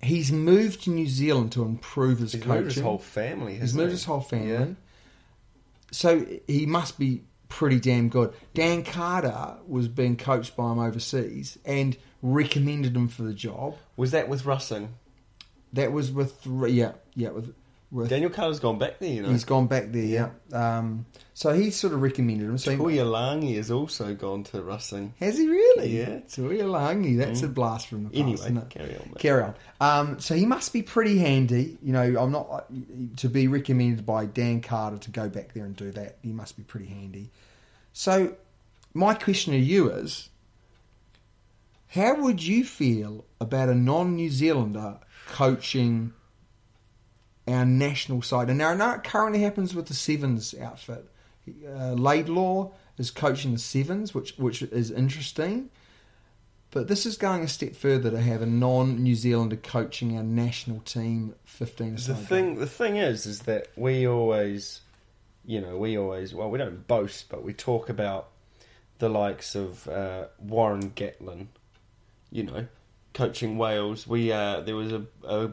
[SPEAKER 1] He's moved to New Zealand to improve his
[SPEAKER 2] He's
[SPEAKER 1] coaching.
[SPEAKER 2] moved his whole family.
[SPEAKER 1] He's
[SPEAKER 2] hasn't
[SPEAKER 1] moved
[SPEAKER 2] he?
[SPEAKER 1] his whole family.
[SPEAKER 2] Yeah.
[SPEAKER 1] So he must be pretty damn good. Dan Carter was being coached by him overseas and recommended him for the job.
[SPEAKER 2] Was that with Russing?
[SPEAKER 1] That was with yeah, yeah, with with
[SPEAKER 2] Daniel Carter's gone back there, you know.
[SPEAKER 1] he's gone back there, yeah. Um so he sort of recommended him. So he-
[SPEAKER 2] Tuia Langi has also gone to Russing.
[SPEAKER 1] has he really?
[SPEAKER 2] Yeah. Mm.
[SPEAKER 1] Tui Langi, that's a blast from the past.
[SPEAKER 2] Anyway,
[SPEAKER 1] isn't it?
[SPEAKER 2] carry on, mate.
[SPEAKER 1] Carry on. Um, so he must be pretty handy. You know, I'm not uh, to be recommended by Dan Carter to go back there and do that. He must be pretty handy. So, my question to you is how would you feel about a non New Zealander coaching our national side? And now I know it currently happens with the Sevens outfit. Uh, Laidlaw is coaching the Sevens, which, which is interesting. But this is going a step further to have a non New Zealander coaching our national team 15
[SPEAKER 2] The thing, the thing is, is that we always, you know, we always, well, we don't boast, but we talk about the likes of uh, Warren Gatlin, you know, coaching Wales. We uh, there was a, a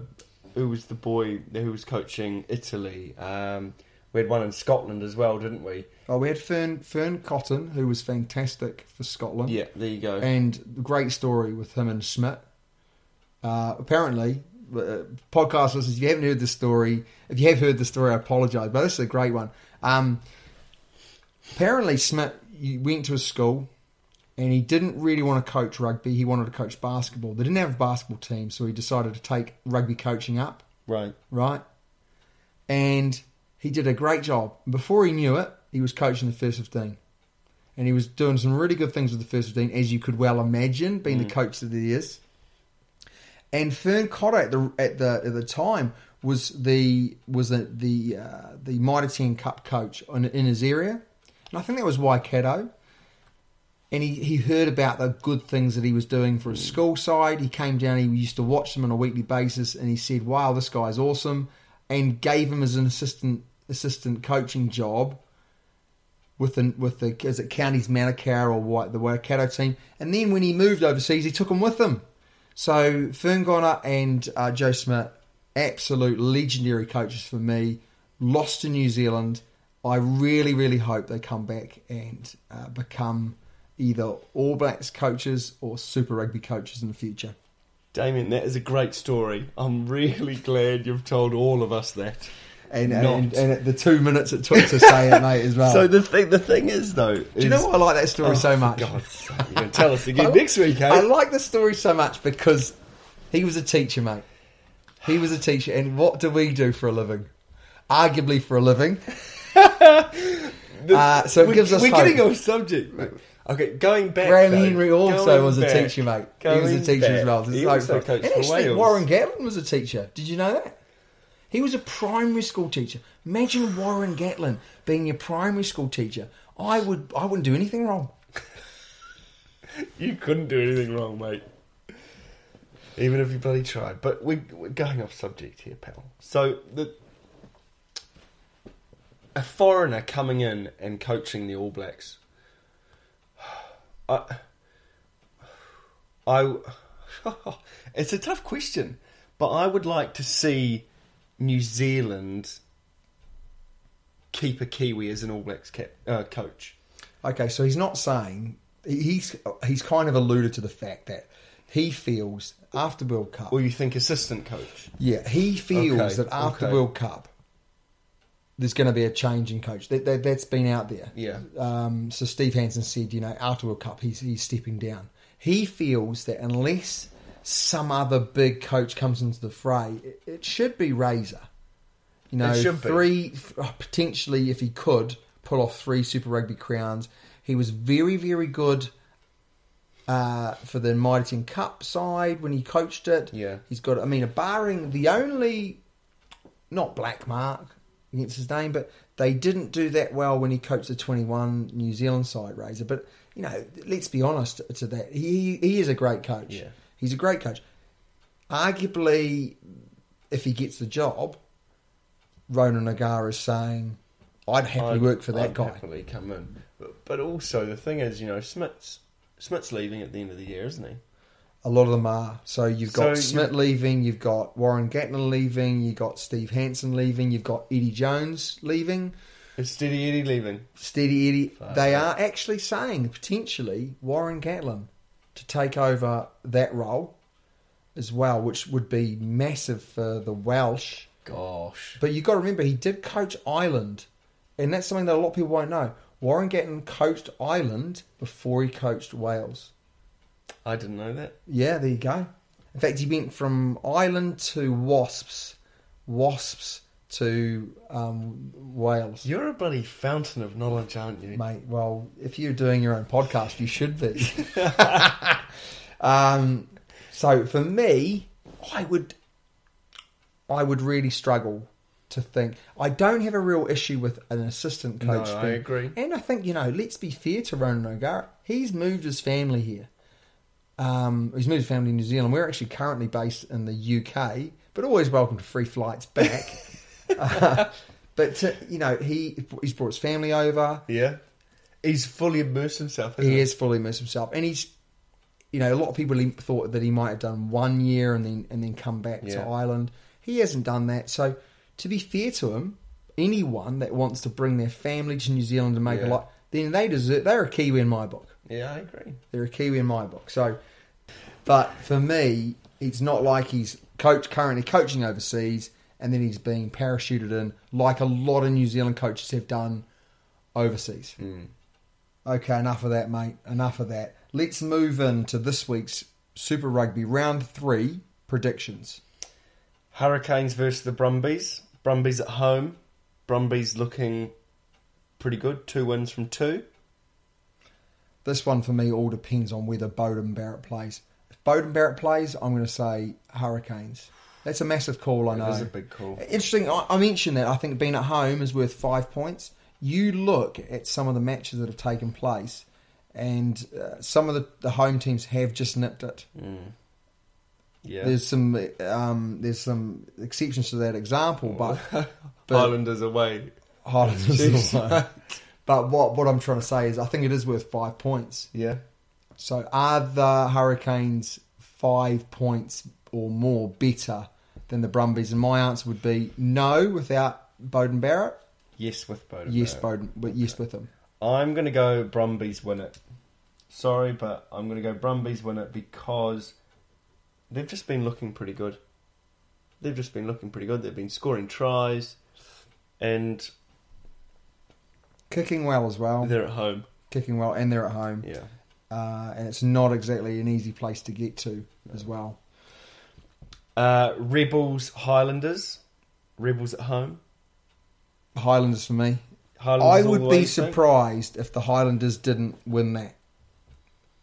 [SPEAKER 2] who was the boy who was coaching Italy. Um, we had one in Scotland as well, didn't we?
[SPEAKER 1] Oh, we had Fern, Fern Cotton, who was fantastic for Scotland.
[SPEAKER 2] Yeah, there you go.
[SPEAKER 1] And great story with him and Schmidt. Uh, apparently, uh, podcast listeners, if you haven't heard this story, if you have heard the story, I apologise, but this is a great one. Um, apparently, Schmidt you- went to a school and he didn't really want to coach rugby. He wanted to coach basketball. They didn't have a basketball team, so he decided to take rugby coaching up
[SPEAKER 2] right.
[SPEAKER 1] right? And he did a great job. Before he knew it, he was coaching the first 15. And he was doing some really good things with the first 15, as you could well imagine, being the coach that he is. And Fern Cotter at the at the at the time was the was the the, uh, the Mitre 10 Cup coach in, in his area, and I think that was Waikato and he, he heard about the good things that he was doing for his school side. He came down, he used to watch them on a weekly basis, and he said, "Wow, this guy's awesome," and gave him as an assistant assistant coaching job with the with the is it counties Manukau or Wa- the Waikato team. And then when he moved overseas, he took him with him. So Fern Goner and uh, Joe Smith, absolute legendary coaches for me. Lost to New Zealand. I really, really hope they come back and uh, become either All Blacks coaches or Super Rugby coaches in the future.
[SPEAKER 2] Damien, that is a great story. I'm really glad you've told all of us that.
[SPEAKER 1] And
[SPEAKER 2] Not-
[SPEAKER 1] and, and the two minutes it took to say it, mate, [laughs] as well. Oh,
[SPEAKER 2] So the thing, the thing is though,
[SPEAKER 1] Do you know what I like that story so much?
[SPEAKER 2] [laughs] God, you're gonna tell us again next week, eh?
[SPEAKER 1] I like the story so much because He was a teacher, mate. He was a teacher, and what do we do for a living? Arguably for a
[SPEAKER 2] [laughs]
[SPEAKER 1] living. uh, so it gives us
[SPEAKER 2] We're
[SPEAKER 1] hope.
[SPEAKER 2] getting off subject. Mate. Okay, going back.
[SPEAKER 1] Graham
[SPEAKER 2] though,
[SPEAKER 1] Henry also
[SPEAKER 2] going
[SPEAKER 1] was a
[SPEAKER 2] back,
[SPEAKER 1] teacher, mate. he was
[SPEAKER 2] going
[SPEAKER 1] a teacher as
[SPEAKER 2] back,
[SPEAKER 1] well. This
[SPEAKER 2] he
[SPEAKER 1] is
[SPEAKER 2] also
[SPEAKER 1] hopeful.
[SPEAKER 2] coached
[SPEAKER 1] and
[SPEAKER 2] for
[SPEAKER 1] actually,
[SPEAKER 2] Wales.
[SPEAKER 1] Warren Gatlin was a teacher. Did you know that? He was a primary school teacher. Imagine Warren Gatlin being your primary school teacher. I would. I wouldn't do anything wrong.
[SPEAKER 2] You couldn't do anything wrong, mate. Even if you bloody tried. But we, we're going off subject here, pal. So the a foreigner coming in and coaching the All Blacks. I, I, [laughs] it's a tough question, but I would like to see New Zealand keep a Kiwi as an All Blacks cap, uh, coach.
[SPEAKER 1] Okay, so he's not saying he- he's he's kind of alluded to the fact that he feels after World Cup.
[SPEAKER 2] Or you think assistant coach?
[SPEAKER 1] Yeah, he feels
[SPEAKER 2] Okay,
[SPEAKER 1] that after
[SPEAKER 2] okay.
[SPEAKER 1] World Cup, there's going to be a change in coach. That, that that's been out there.
[SPEAKER 2] Yeah.
[SPEAKER 1] Um, so Steve Hansen said, you know, after World Cup, he's he's stepping down. He feels that unless some other big coach comes into the fray, it, it should be Razor. You know,
[SPEAKER 2] It should be.
[SPEAKER 1] three potentially if he could pull off three Super Rugby crowns. He was very very good uh, for the Mighty Ten Cup side when he coached it.
[SPEAKER 2] Yeah.
[SPEAKER 1] he's got. I mean, barring the only not black mark against his name, but they didn't do that well when he coached the 21 New Zealand side, Razor. But, you know, let's be honest to that. He, he is a great coach.
[SPEAKER 2] Yeah.
[SPEAKER 1] He's a great coach. Arguably, if he gets the job, Ronan Nagara is saying, I'd happily
[SPEAKER 2] I'd-
[SPEAKER 1] work for that
[SPEAKER 2] I'd
[SPEAKER 1] guy.
[SPEAKER 2] Happily come in, but, but also the thing is, you know, Smith's Smith's leaving at the end of the year, isn't he?
[SPEAKER 1] A lot of them are. So you've
[SPEAKER 2] So
[SPEAKER 1] got
[SPEAKER 2] you-
[SPEAKER 1] Smith leaving, you've got Warren Gatlin leaving, you've got Steve Hansen leaving, you've got Eddie Jones leaving.
[SPEAKER 2] Is Steady Eddie leaving?
[SPEAKER 1] Steady Eddie.
[SPEAKER 2] Fuck.
[SPEAKER 1] They are actually saying potentially Warren Gatlin to take over that role as well, which would be massive for the Welsh.
[SPEAKER 2] Gosh,
[SPEAKER 1] But you've got to remember, he did coach Ireland, and that's something that a lot of people won't know. Warren Gatlin coached Ireland before he coached Wales.
[SPEAKER 2] I didn't know that.
[SPEAKER 1] Yeah, there you go. In fact, he went from Ireland to Wasps, Wasps to um, Wales.
[SPEAKER 2] You're a bloody fountain of knowledge, aren't you?
[SPEAKER 1] Mate, well, if you're doing your own podcast, you should be.
[SPEAKER 2] [laughs]
[SPEAKER 1] um, so for me, I would, I would really struggle to think. I don't have a real issue with an assistant
[SPEAKER 2] No,
[SPEAKER 1] coach.
[SPEAKER 2] I
[SPEAKER 1] thing.
[SPEAKER 2] agree.
[SPEAKER 1] And I think you know, let's be fair to Ronan O'Gara. He's moved his family here. Um, he's moved his family to New Zealand. We're actually currently based in the UK, but always welcome to free flights
[SPEAKER 2] [laughs]
[SPEAKER 1] back. [laughs] Uh, but to, you know, he he's brought his family over.
[SPEAKER 2] Yeah, he's fully immersed himself. Isn't
[SPEAKER 1] He is fully immersed himself, and he's, you know, a lot of people he- thought that he might have done one year and then and then come back to
[SPEAKER 2] Yeah.
[SPEAKER 1] Ireland. He hasn't done that. So, to be fair to him, anyone that wants to bring their family to New Zealand and make a
[SPEAKER 2] Yeah.
[SPEAKER 1] lot, then they deserve. They're a Kiwi in my book.
[SPEAKER 2] Yeah, I agree.
[SPEAKER 1] They're a Kiwi in my book. So, but for me, it's not like he's coach currently coaching overseas and then he's being parachuted in like a lot of New Zealand coaches have done overseas. Okay, enough of that, mate. Enough of that. Let's move into this week's Super Rugby Round Three predictions.
[SPEAKER 2] Hurricanes versus the Brumbies. Brumbies at home. Brumbies looking pretty good. Two wins from two.
[SPEAKER 1] This one for me all depends on whether Bowden Barrett plays. If Bowden Barrett plays, I'm going to say Hurricanes. That's a massive call, I know.
[SPEAKER 2] is a big call.
[SPEAKER 1] Interesting. I, I mentioned that. I think being at home is worth five points. You look at some of the matches that have taken place, and uh, some of the, the home teams have just nipped it.
[SPEAKER 2] Yeah,
[SPEAKER 1] There's some um, there's some exceptions to that example,
[SPEAKER 2] [laughs]
[SPEAKER 1] but but-
[SPEAKER 2] Islanders away.
[SPEAKER 1] Highlanders is
[SPEAKER 2] Jeez,
[SPEAKER 1] the one. [laughs] But what what I'm trying to say is, I think it is worth five points.
[SPEAKER 2] Yeah.
[SPEAKER 1] So are the Hurricanes five points or more better than the Brumbies? And my answer would be no without Bowden Barrett.
[SPEAKER 2] Yes, with Bowden.
[SPEAKER 1] Yes,
[SPEAKER 2] Barrett.
[SPEAKER 1] Bowden, but yes with them.
[SPEAKER 2] I'm going to go Brumbies win it. Sorry, but I'm going to go Brumbies win it because they've just been looking pretty good. They've just been looking pretty good. They've been scoring tries and
[SPEAKER 1] Kicking well as well.
[SPEAKER 2] they're at home.
[SPEAKER 1] Kicking well, and they're at home.
[SPEAKER 2] Yeah.
[SPEAKER 1] Uh, and it's not exactly an easy place to get to as well.
[SPEAKER 2] Uh, Rebels Highlanders. Rebels at home.
[SPEAKER 1] Highlanders for me. I
[SPEAKER 2] Highlanders all the
[SPEAKER 1] would
[SPEAKER 2] way,
[SPEAKER 1] be
[SPEAKER 2] you think?
[SPEAKER 1] surprised if the Highlanders didn't win that.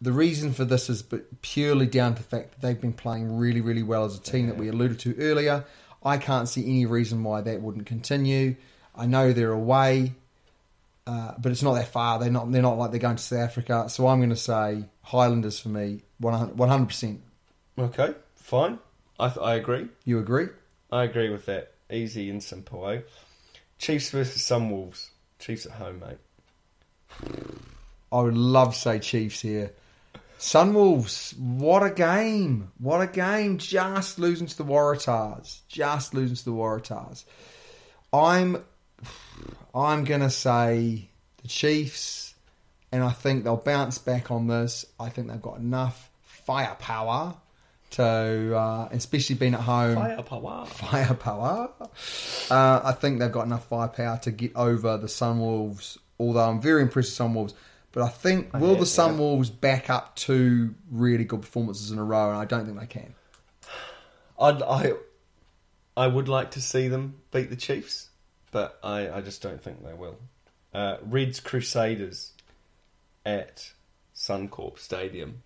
[SPEAKER 1] The reason for this is but purely down to the fact that they've been playing really, really well as a team that we alluded to earlier. I can't see any reason why that wouldn't continue. I know they're away, uh, but it's not that far. They're not. They're not like they're going to South Africa. So I'm going to say Highlanders for me. One hundred percent.
[SPEAKER 2] Okay, fine. I, th- I agree.
[SPEAKER 1] You agree?
[SPEAKER 2] I agree with that. Easy and simple, eh? Chiefs versus Sunwolves. Chiefs at home, mate.
[SPEAKER 1] I would love to say Chiefs here. Sunwolves, what a game. What a game. Just losing to the Waratahs. Just losing to the Waratahs. I'm I'm gonna say the Chiefs, and I think they'll bounce back on this. I think they've got enough firepower to uh, especially being at home [laughs]
[SPEAKER 2] Firepower.
[SPEAKER 1] firepower. Uh, I think they've got enough firepower to get over the Sunwolves, although I'm very impressed with Sunwolves. But I think, will
[SPEAKER 2] Oh,
[SPEAKER 1] the
[SPEAKER 2] yeah, yeah.
[SPEAKER 1] Sunwolves back up two really good performances in a row? And I don't think they can.
[SPEAKER 2] I'd, I, I would like to see them beat the Chiefs, but I, I just don't think they will. Uh, Reds Crusaders at Suncorp Stadium.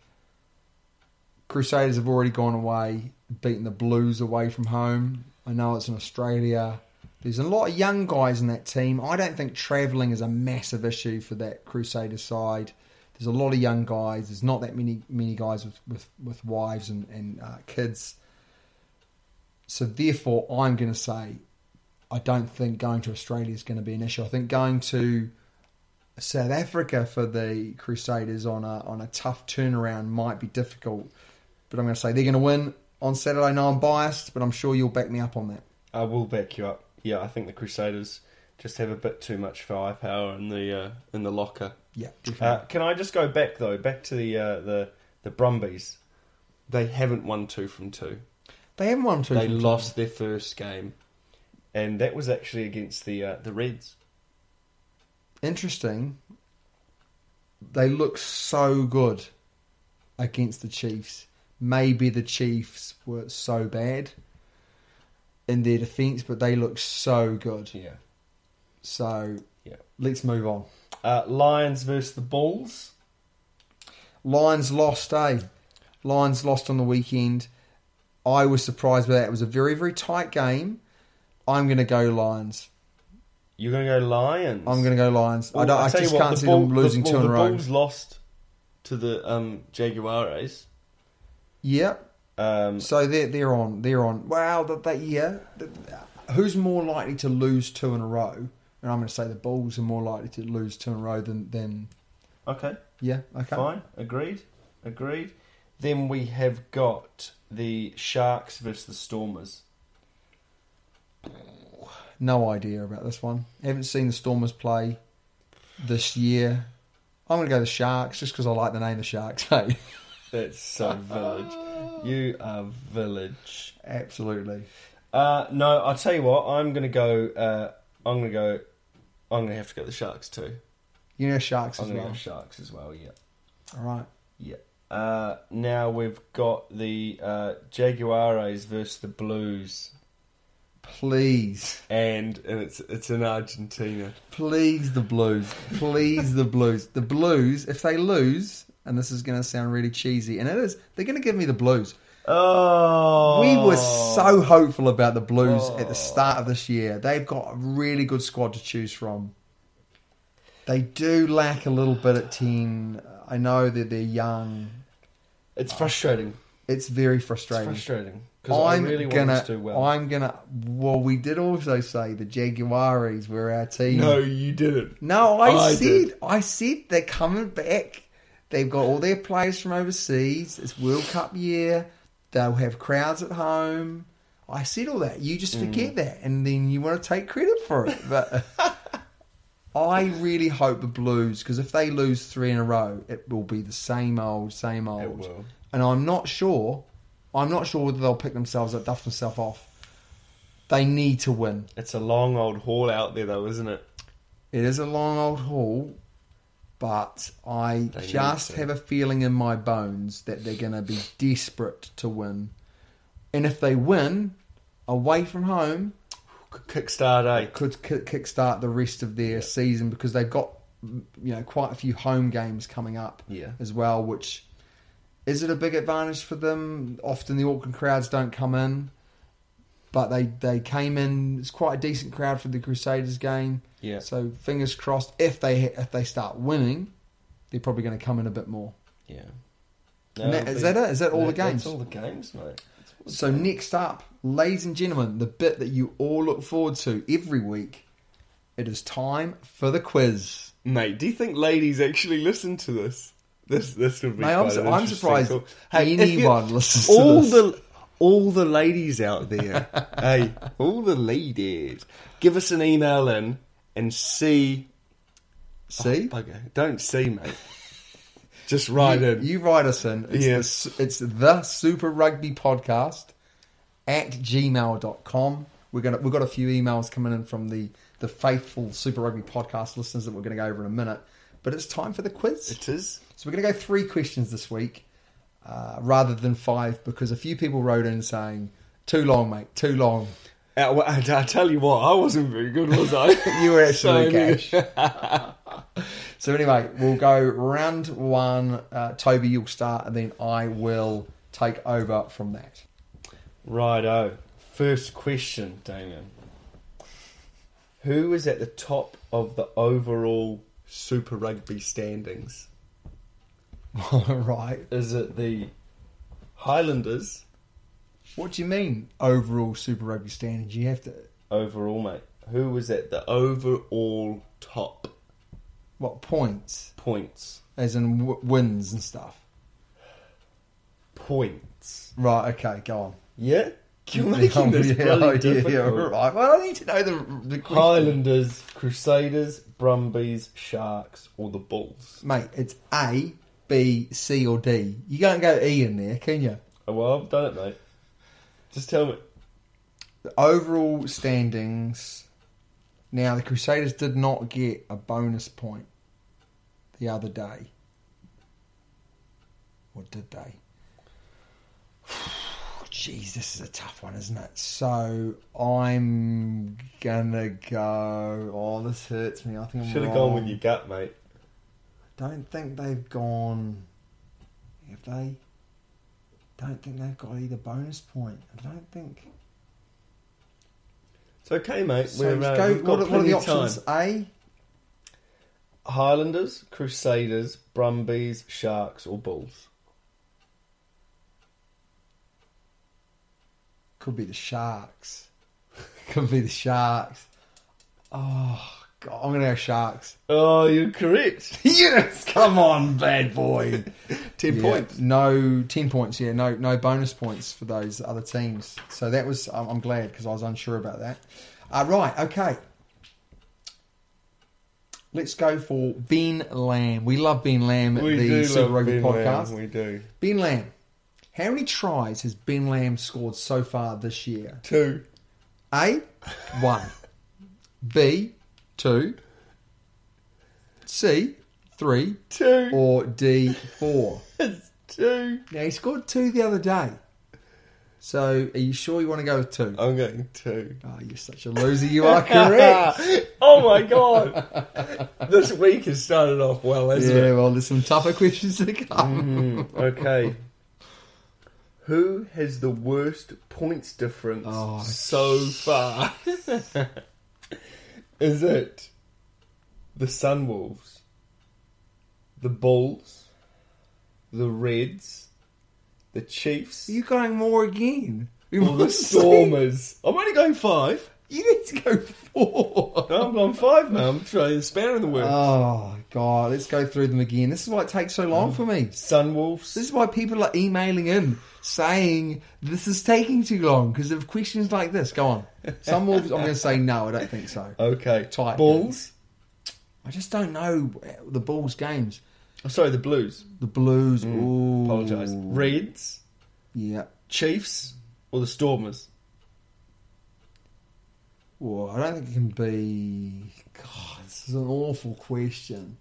[SPEAKER 1] Crusaders have already gone away, beaten the Blues away from home. I know it's in Australia. There's a lot of young guys in that team. I don't think travelling is a massive issue for that Crusader side. There's a lot of young guys. There's not that many many guys with, with, with wives and, and uh, kids. So therefore, I'm going to say I don't think going to Australia is going to be an issue. I think going to South Africa for the Crusaders on a on a tough turnaround might be difficult. But I'm going to say they're going to win on Saturday. I know I'm biased, but I'm sure you'll back me up on that.
[SPEAKER 2] I will back you up. Yeah, I think the Crusaders just have a bit too much firepower in the uh, in the locker.
[SPEAKER 1] Yeah, definitely.
[SPEAKER 2] Uh, can I just go back though, back to the uh, the the Brumbies? They haven't won two from two.
[SPEAKER 1] they haven't won two.
[SPEAKER 2] They
[SPEAKER 1] from two.
[SPEAKER 2] lost their first game, and that was actually against the uh, the Reds.
[SPEAKER 1] Interesting. They look so good against the Chiefs. Maybe the Chiefs were so bad in their defense, but they look so good.
[SPEAKER 2] Yeah,
[SPEAKER 1] So
[SPEAKER 2] yeah.
[SPEAKER 1] let's move on.
[SPEAKER 2] Uh, Lions versus the Bulls.
[SPEAKER 1] Lions lost, eh? Lions lost on the weekend. I was surprised by that. It was a very, very tight game. I'm going to go Lions.
[SPEAKER 2] You're going to go Lions.
[SPEAKER 1] I'm going to go Lions. I,
[SPEAKER 2] Well,
[SPEAKER 1] don't,
[SPEAKER 2] I'll
[SPEAKER 1] I
[SPEAKER 2] tell you
[SPEAKER 1] just
[SPEAKER 2] what,
[SPEAKER 1] can't
[SPEAKER 2] the
[SPEAKER 1] see
[SPEAKER 2] Bull-
[SPEAKER 1] them losing
[SPEAKER 2] the,
[SPEAKER 1] two
[SPEAKER 2] well,
[SPEAKER 1] in a
[SPEAKER 2] The
[SPEAKER 1] row.
[SPEAKER 2] Bulls lost to the um, Jaguares.
[SPEAKER 1] Yeah.
[SPEAKER 2] Um,
[SPEAKER 1] So they're they're on they're on. Wow, that that yeah. Who's more likely to lose two in a row? And I'm going to say the Bulls are more likely to lose two in a row than than
[SPEAKER 2] okay.
[SPEAKER 1] yeah. Okay.
[SPEAKER 2] Fine. Agreed. Agreed. Then we have got the Sharks versus the Stormers.
[SPEAKER 1] No idea about this one. Haven't seen the Stormers play this year. I'm going to go the Sharks just because I like the name the Sharks. [laughs] Hey.
[SPEAKER 2] [laughs] That's so village. You are village.
[SPEAKER 1] Absolutely.
[SPEAKER 2] Uh, no, I'll tell you what. I'm gonna go. Uh, I'm gonna go. I'm gonna have to go the Sharks too.
[SPEAKER 1] You know sharks
[SPEAKER 2] I'm
[SPEAKER 1] as
[SPEAKER 2] gonna
[SPEAKER 1] well.
[SPEAKER 2] go Sharks as well. Yeah.
[SPEAKER 1] All right.
[SPEAKER 2] Yeah. Uh, now we've got the uh, Jaguares versus the Blues,
[SPEAKER 1] Please,
[SPEAKER 2] and, and it's it's in Argentina.
[SPEAKER 1] please the Blues, please the Blues. The Blues, if they lose, and this is going to sound really cheesy, and it is, they're going to give me the Blues.
[SPEAKER 2] Oh,
[SPEAKER 1] We were so hopeful about the Blues at the start of this year. They've got a really good squad to choose from. They do lack a little bit at 10. I know that they're young.
[SPEAKER 2] It's frustrating.
[SPEAKER 1] It's very
[SPEAKER 2] It's
[SPEAKER 1] frustrating.
[SPEAKER 2] frustrating because I
[SPEAKER 1] I'm
[SPEAKER 2] really
[SPEAKER 1] gonna.
[SPEAKER 2] want us to do well.
[SPEAKER 1] I'm gonna. Well, we did also say the Jaguares were our team.
[SPEAKER 2] no, you didn't.
[SPEAKER 1] No, I,
[SPEAKER 2] I
[SPEAKER 1] said
[SPEAKER 2] did.
[SPEAKER 1] I said they're coming back. They've got all their players from overseas. It's World Cup year. They'll have crowds at home. I said all that. You just
[SPEAKER 2] Mm.
[SPEAKER 1] forget that, and then you want to take credit for it.
[SPEAKER 2] [laughs]
[SPEAKER 1] But I really hope the Blues, because if they lose three in a row, it will be the same old, same old.
[SPEAKER 2] will.
[SPEAKER 1] And I'm not sure. I'm not sure whether they'll pick themselves up, duff themselves off. They need to win.
[SPEAKER 2] It's a long old haul out there, though, isn't it?
[SPEAKER 1] It is a long old haul, but I
[SPEAKER 2] They need
[SPEAKER 1] just
[SPEAKER 2] to.
[SPEAKER 1] have a feeling in my bones that they're going to be desperate to win. And if they win away from home,
[SPEAKER 2] Kickstart, eh?
[SPEAKER 1] could ki- kickstart the rest of their season because they've got you know quite a few home games coming up
[SPEAKER 2] Yeah.
[SPEAKER 1] as well. Which is it a big advantage for them? Often the Auckland crowds don't come in, but they they came in. It's quite a decent crowd for the Crusaders game.
[SPEAKER 2] Yeah.
[SPEAKER 1] So fingers crossed. If they ha- if they start winning, they're probably going to come in a bit more.
[SPEAKER 2] Yeah.
[SPEAKER 1] And that- is that it? Is that all the games?
[SPEAKER 2] That's all the games, mate. That's all the
[SPEAKER 1] So next up, ladies and gentlemen, the bit that you all look forward to every week. It is time for the quiz.
[SPEAKER 2] Mate, do you think ladies actually listen to this? This this would be.
[SPEAKER 1] Mate, I'm
[SPEAKER 2] quite
[SPEAKER 1] su-
[SPEAKER 2] an
[SPEAKER 1] I'm
[SPEAKER 2] interesting
[SPEAKER 1] surprised
[SPEAKER 2] call. Hey, if you-
[SPEAKER 1] anyone listens to
[SPEAKER 2] all
[SPEAKER 1] this.
[SPEAKER 2] the all the ladies
[SPEAKER 1] [laughs]
[SPEAKER 2] out there. hey, all the ladies, give us an email in and see.
[SPEAKER 1] See,
[SPEAKER 2] Bugger, don't see, mate. Just write
[SPEAKER 1] you,
[SPEAKER 2] in.
[SPEAKER 1] you write us in. It's
[SPEAKER 2] Yeah.
[SPEAKER 1] the su- it's the Super Rugby Podcast at gmail.com. We're gonna we've got a few emails coming in from the the faithful Super Rugby Podcast listeners that we're gonna go over in a minute. But it's time for the quiz.
[SPEAKER 2] It is.
[SPEAKER 1] So we're going to go three questions this week uh, rather than five because a few people wrote in saying, too long, mate, too long.
[SPEAKER 2] Uh, well, I, I tell you what, I wasn't very good, was I?
[SPEAKER 1] [laughs] You were actually
[SPEAKER 2] [laughs] So,
[SPEAKER 1] cash. [laughs] so anyway, we'll go round one. Uh, Toby, you'll start and then I will take over from that. [laughs]
[SPEAKER 2] Righto. First question, Damien. Who is at the top of the overall Super Rugby standings?
[SPEAKER 1] right.
[SPEAKER 2] Is it the Highlanders
[SPEAKER 1] What do you mean overall Super Rugby standards? You have to,
[SPEAKER 2] overall, mate? Who was at the overall top
[SPEAKER 1] what, points?
[SPEAKER 2] points?
[SPEAKER 1] As in w- wins and stuff.
[SPEAKER 2] Points.
[SPEAKER 1] Right, okay, go on.
[SPEAKER 2] Yeah? You're making this
[SPEAKER 1] [laughs] Yeah,
[SPEAKER 2] bloody
[SPEAKER 1] yeah, yeah,
[SPEAKER 2] difficult.
[SPEAKER 1] right. Well, I need to know the, the question.
[SPEAKER 2] Highlanders, Crusaders, Brumbies, Sharks, or the Bulls?
[SPEAKER 1] Mate, it's A, B, C, or D. You can't go E in there, can you?
[SPEAKER 2] Oh, well, I've done it, mate. Just tell me.
[SPEAKER 1] The overall standings. Now, the Crusaders did not get a bonus point the other day. Or did they? [sighs] Jeez, this is a tough one, isn't it? So I'm gonna go. Oh, this hurts me. I think I'm
[SPEAKER 2] Should have gone
[SPEAKER 1] wrong.
[SPEAKER 2] with your gut, mate.
[SPEAKER 1] Don't think they've gone. Have they? Don't think they've got either bonus point. I don't think.
[SPEAKER 2] It's okay, mate.
[SPEAKER 1] So
[SPEAKER 2] We're,
[SPEAKER 1] just
[SPEAKER 2] uh,
[SPEAKER 1] go.
[SPEAKER 2] we've
[SPEAKER 1] What, are-
[SPEAKER 2] got
[SPEAKER 1] what are
[SPEAKER 2] plenty
[SPEAKER 1] the
[SPEAKER 2] of time.
[SPEAKER 1] options? A.
[SPEAKER 2] Highlanders, Crusaders, Brumbies, Sharks, or Bulls.
[SPEAKER 1] Could be the sharks. [laughs] Could be the sharks. Oh God, I'm gonna go sharks.
[SPEAKER 2] Oh, you're [laughs] correct.
[SPEAKER 1] yes, come on, bad boy.
[SPEAKER 2] [laughs] Ten
[SPEAKER 1] Yeah,
[SPEAKER 2] points.
[SPEAKER 1] No ten points. Yeah, no no bonus points for those other teams. So that was. I'm, I'm glad because I was unsure about that. Uh, right. Okay. Let's go for Ben Lamb. We love Ben Lamb at the Super Rugby podcast.
[SPEAKER 2] We do.
[SPEAKER 1] ben Lamb. How many tries has Ben Lamb scored so far this year?
[SPEAKER 2] Two.
[SPEAKER 1] A, one. B, two. C, three.
[SPEAKER 2] Two.
[SPEAKER 1] Or D, four.
[SPEAKER 2] It's two.
[SPEAKER 1] Now he scored two the other day. So are you sure you want to go with two?
[SPEAKER 2] I'm going two.
[SPEAKER 1] Oh, you're such a loser. You are correct.
[SPEAKER 2] oh [laughs] my god. this week has started off well, hasn't
[SPEAKER 1] yeah,
[SPEAKER 2] it?
[SPEAKER 1] well, there's some tougher questions to come.
[SPEAKER 2] Okay. Who has the worst points difference
[SPEAKER 1] Oh,
[SPEAKER 2] so [laughs] far? Is it the Sunwolves, the Bulls, the Reds, the Chiefs,
[SPEAKER 1] You're going more again. You
[SPEAKER 2] or [laughs] the
[SPEAKER 1] must say-
[SPEAKER 2] Stormers? I'm only going five.
[SPEAKER 1] You need to go four.
[SPEAKER 2] No, I'm going five now. I'm trying to spanner in the works.
[SPEAKER 1] Oh, God. Let's go through them again. This is why it takes so long for me. This
[SPEAKER 2] Sunwolves.
[SPEAKER 1] is why people are emailing in saying this is taking too long because of questions like this. Go on. Some will, I'm going to say no, I don't think so.
[SPEAKER 2] Okay.
[SPEAKER 1] Titans.
[SPEAKER 2] Bulls.
[SPEAKER 1] I just don't know the Bulls games.
[SPEAKER 2] Oh, sorry, the Blues.
[SPEAKER 1] The Blues.
[SPEAKER 2] Mm.
[SPEAKER 1] ooh.
[SPEAKER 2] Apologise. Reds.
[SPEAKER 1] Yeah.
[SPEAKER 2] Chiefs or the Stormers?
[SPEAKER 1] Well, I don't think it can be. God, this is an awful question.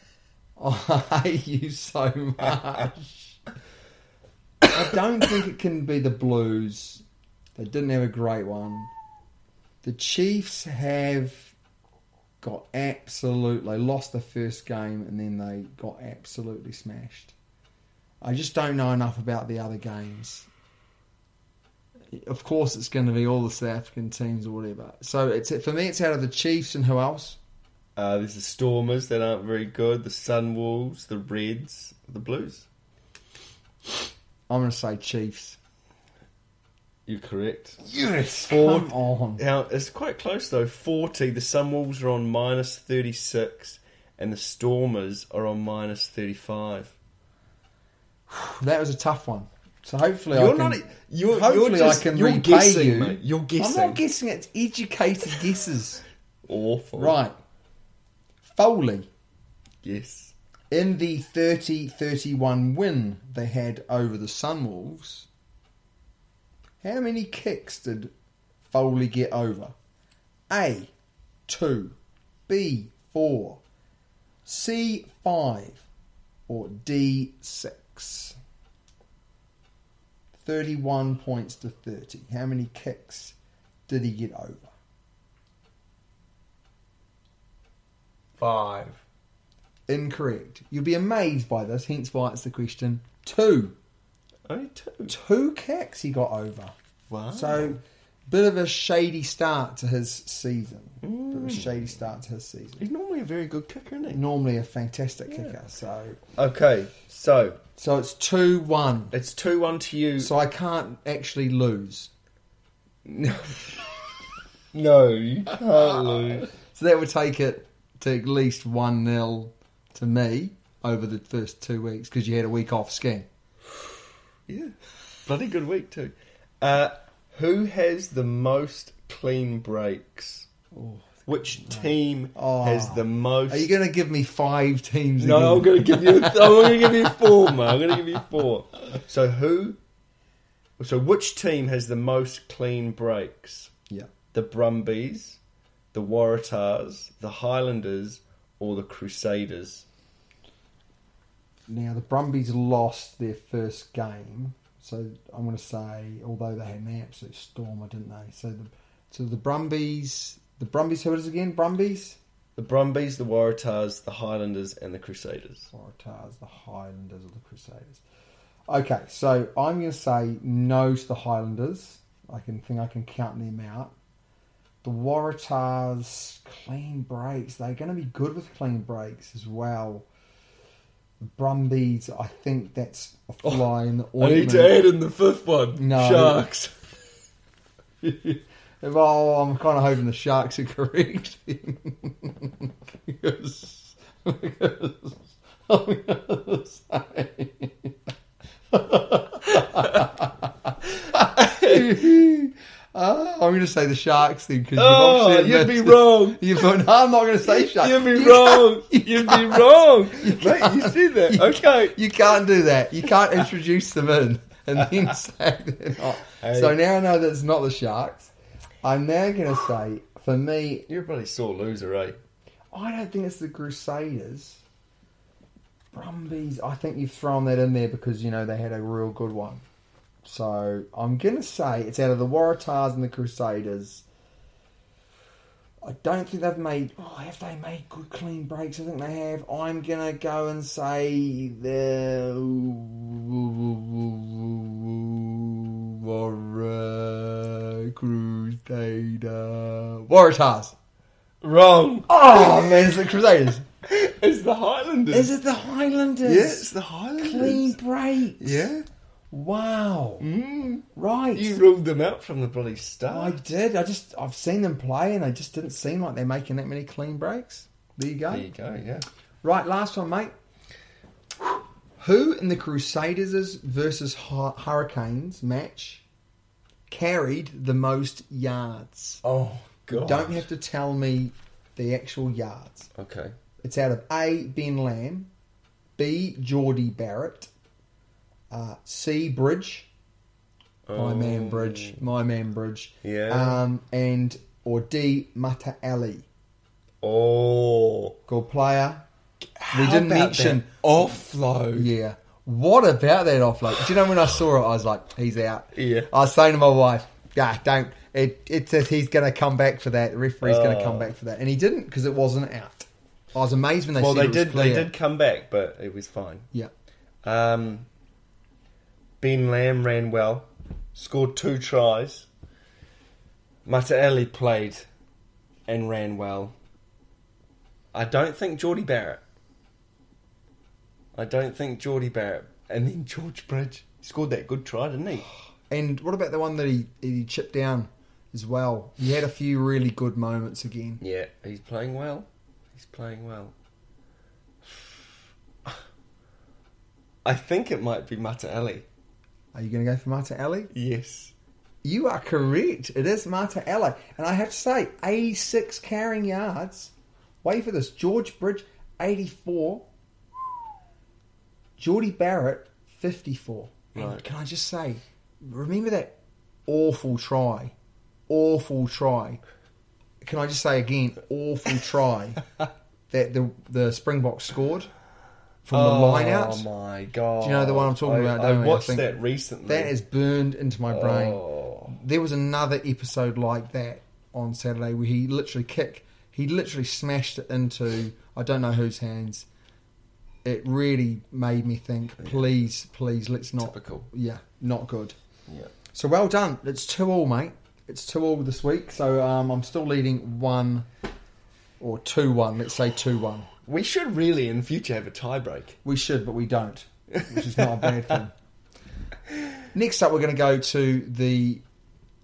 [SPEAKER 1] [laughs] I hate you so much. I don't think it can be the Blues. They didn't have a great one. The Chiefs have got absolutely lost the first game and then they got absolutely smashed. I just don't know enough about the other games. Of course, it's going to be all the South African teams or whatever. So it's for me, it's out of the Chiefs and who else?
[SPEAKER 2] Uh, there's the Stormers that aren't very good, the Sunwolves, the Reds, the Blues.
[SPEAKER 1] I'm going to say Chiefs.
[SPEAKER 2] You're correct.
[SPEAKER 1] Yes,
[SPEAKER 2] Four-
[SPEAKER 1] come on.
[SPEAKER 2] Now it's quite close though. Forty. The Sunwolves are on minus thirty-six, and the Stormers are on minus thirty-five.
[SPEAKER 1] That was a tough one. So hopefully, I
[SPEAKER 2] You're
[SPEAKER 1] can,
[SPEAKER 2] not. e, You're,
[SPEAKER 1] hopefully
[SPEAKER 2] you're just,
[SPEAKER 1] I can
[SPEAKER 2] you're
[SPEAKER 1] repay
[SPEAKER 2] guessing,
[SPEAKER 1] you.
[SPEAKER 2] Mate. You're guessing.
[SPEAKER 1] I'm not guessing. It's educated guesses.
[SPEAKER 2] Awful.
[SPEAKER 1] right, Foley.
[SPEAKER 2] Yes.
[SPEAKER 1] In the 30 31 win they had over the Sunwolves, how many kicks did Foley get over? A, 2, B, 4, C, 5, or D, 6? 31 points to 30. How many kicks did he get over?
[SPEAKER 2] Five.
[SPEAKER 1] Incorrect. You'll be amazed by this, hence why it's the question. 2.
[SPEAKER 2] Only two.
[SPEAKER 1] two kicks he got over.
[SPEAKER 2] Wow.
[SPEAKER 1] So, bit of a shady start to his season. Bit
[SPEAKER 2] Mm.
[SPEAKER 1] of a shady start to his season.
[SPEAKER 2] He's normally a very good kicker, isn't he?
[SPEAKER 1] Normally a fantastic kicker. So,
[SPEAKER 2] Okay, so
[SPEAKER 1] so it's two one.
[SPEAKER 2] it's two one to you.
[SPEAKER 1] So I can't actually lose.
[SPEAKER 2] No, you can't lose.
[SPEAKER 1] So that would take it to at least one 0 to me over the first two weeks because you had a week off skiing.
[SPEAKER 2] Yeah, bloody good week too. Uh, who has the most clean breaks? Which team
[SPEAKER 1] Oh.
[SPEAKER 2] has the most?
[SPEAKER 1] Are you going to give me five teams?
[SPEAKER 2] no, I'm
[SPEAKER 1] again?
[SPEAKER 2] going to give
[SPEAKER 1] [laughs]
[SPEAKER 2] you. I'm going to give you four, man. I'm going to give you four. So who? So which team has the most clean breaks?
[SPEAKER 1] Yeah.
[SPEAKER 2] The Brumbies, the Waratahs, the Highlanders, or the Crusaders?
[SPEAKER 1] Now the Brumbies lost their first game, so I'm going to say, although they had an absolute stormer, didn't they? So the so the Brumbies, the Brumbies, who it is again? Brumbies,
[SPEAKER 2] The Brumbies, the Waratahs, the Highlanders, and the Crusaders.
[SPEAKER 1] Waratahs, the Highlanders, or the Crusaders. Okay, so I'm going to say no to the Highlanders. I can think I can count them out. The Waratahs clean breaks. They're going to be good with clean breaks as well. The Brumbies, I think that's a fly in the ointment.
[SPEAKER 2] in the fifth one.
[SPEAKER 1] No. Sharks. [laughs] Well, oh, I'm kind of hoping the Sharks are correct. [laughs] then. because, because I'm gonna say- Ah, I'm going to say the Sharks then because
[SPEAKER 2] Oh,
[SPEAKER 1] obviously
[SPEAKER 2] you'd be
[SPEAKER 1] admitted-
[SPEAKER 2] wrong.
[SPEAKER 1] [laughs] You've, no, I'm not going to say [laughs] Sharks.
[SPEAKER 2] You'd be
[SPEAKER 1] [laughs] You
[SPEAKER 2] wrong. You'd be
[SPEAKER 1] [laughs]
[SPEAKER 2] wrong. Mate, you see that? Okay.
[SPEAKER 1] You can't do that. You can't introduce them in and then [laughs] say they're not. So now I know that it's not the Sharks. I'm now going to say, for me,
[SPEAKER 2] You're a bloody sore loser, eh?
[SPEAKER 1] I don't think it's the Crusaders. Brumbies, I think you've thrown that in there because, you know, they had a real good one. So I'm going to say it's out of the Waratahs and the Crusaders. I don't think they've made. Oh, have they made good clean breaks? I think they have. I'm gonna go and say the Warra- Crusader Waratahs.
[SPEAKER 2] Wrong.
[SPEAKER 1] Oh man, it's the Crusaders.
[SPEAKER 2] It's the Highlanders.
[SPEAKER 1] Is it the Highlanders?
[SPEAKER 2] Yeah, it's the Highlanders.
[SPEAKER 1] Clean breaks.
[SPEAKER 2] Yeah.
[SPEAKER 1] Wow.
[SPEAKER 2] Mm.
[SPEAKER 1] Right.
[SPEAKER 2] You ruled them out from the bloody
[SPEAKER 1] I
[SPEAKER 2] start.
[SPEAKER 1] did. I just I've seen them play, and they just didn't seem like they're making that many clean breaks. There you go.
[SPEAKER 2] There you go, yeah.
[SPEAKER 1] Right, last one, mate. Who in the Crusaders versus Hu- Hurricanes match carried the most yards?
[SPEAKER 2] Oh, God.
[SPEAKER 1] Don't have to tell me the actual yards.
[SPEAKER 2] Okay.
[SPEAKER 1] It's out of A. Ben Lamb, B. Geordie Barrett, uh, C. Bridge, my man Bridge, my man Bridge,
[SPEAKER 2] Oh. Yeah.
[SPEAKER 1] um, and or D. Mata Ali,
[SPEAKER 2] Oh.
[SPEAKER 1] good player. we didn't mention,
[SPEAKER 2] offload.
[SPEAKER 1] yeah, What about that offload? Do you know when I saw it, I was like, he's out.
[SPEAKER 2] Yeah.
[SPEAKER 1] I was saying to my wife, yeah, don't. It, it says he's going to come back for that. The referee's going to come
[SPEAKER 2] Oh.
[SPEAKER 1] back for that. And he didn't because it wasn't out. I was amazed when they
[SPEAKER 2] Well,
[SPEAKER 1] said
[SPEAKER 2] they
[SPEAKER 1] it was
[SPEAKER 2] did. They
[SPEAKER 1] clear.
[SPEAKER 2] did come back, but it was fine.
[SPEAKER 1] Yeah.
[SPEAKER 2] Um, ben Lamb ran well, scored two tries. Mataeli played and ran well. I don't think Geordie Barrett. I don't think Geordie Barrett. And then George Bridge scored that good try, didn't he?
[SPEAKER 1] And what about the one that he, he chipped down as well? He had a few really good moments again.
[SPEAKER 2] [sighs] Yeah, he's playing well. He's playing well. [sighs] I think it might be Mataeli.
[SPEAKER 1] Are you going to go for Marta Alley?
[SPEAKER 2] Yes.
[SPEAKER 1] You are correct. It is Marta Alley. And I have to say, 86 carrying yards. Wait for this. George Bridge, 84. Geordie Barrett, 54. And
[SPEAKER 2] Right.
[SPEAKER 1] can I just say, remember that awful try? Awful try. Can I just say again,
[SPEAKER 2] [laughs]
[SPEAKER 1] awful try that the, the Springboks scored from the line out?
[SPEAKER 2] Oh my god!
[SPEAKER 1] Do you know the one I'm talking
[SPEAKER 2] I-
[SPEAKER 1] about,
[SPEAKER 2] I
[SPEAKER 1] don't we? I
[SPEAKER 2] watched
[SPEAKER 1] think.
[SPEAKER 2] that recently.
[SPEAKER 1] That is burned into my brain.
[SPEAKER 2] Oh.
[SPEAKER 1] There was another episode like that on Saturday where he literally kicked, he literally smashed it into I don't know whose hands. It really made me think. Please, please, let's not.
[SPEAKER 2] Typical.
[SPEAKER 1] Yeah, not good.
[SPEAKER 2] Yeah.
[SPEAKER 1] So well done. It's two all, mate. It's two all this week. So um, I'm still leading one or two one. Let's say two one.
[SPEAKER 2] We should really in future have a tiebreak.
[SPEAKER 1] We should, but we don't, which is not a bad
[SPEAKER 2] [laughs]
[SPEAKER 1] thing. Next up, we're going to go to the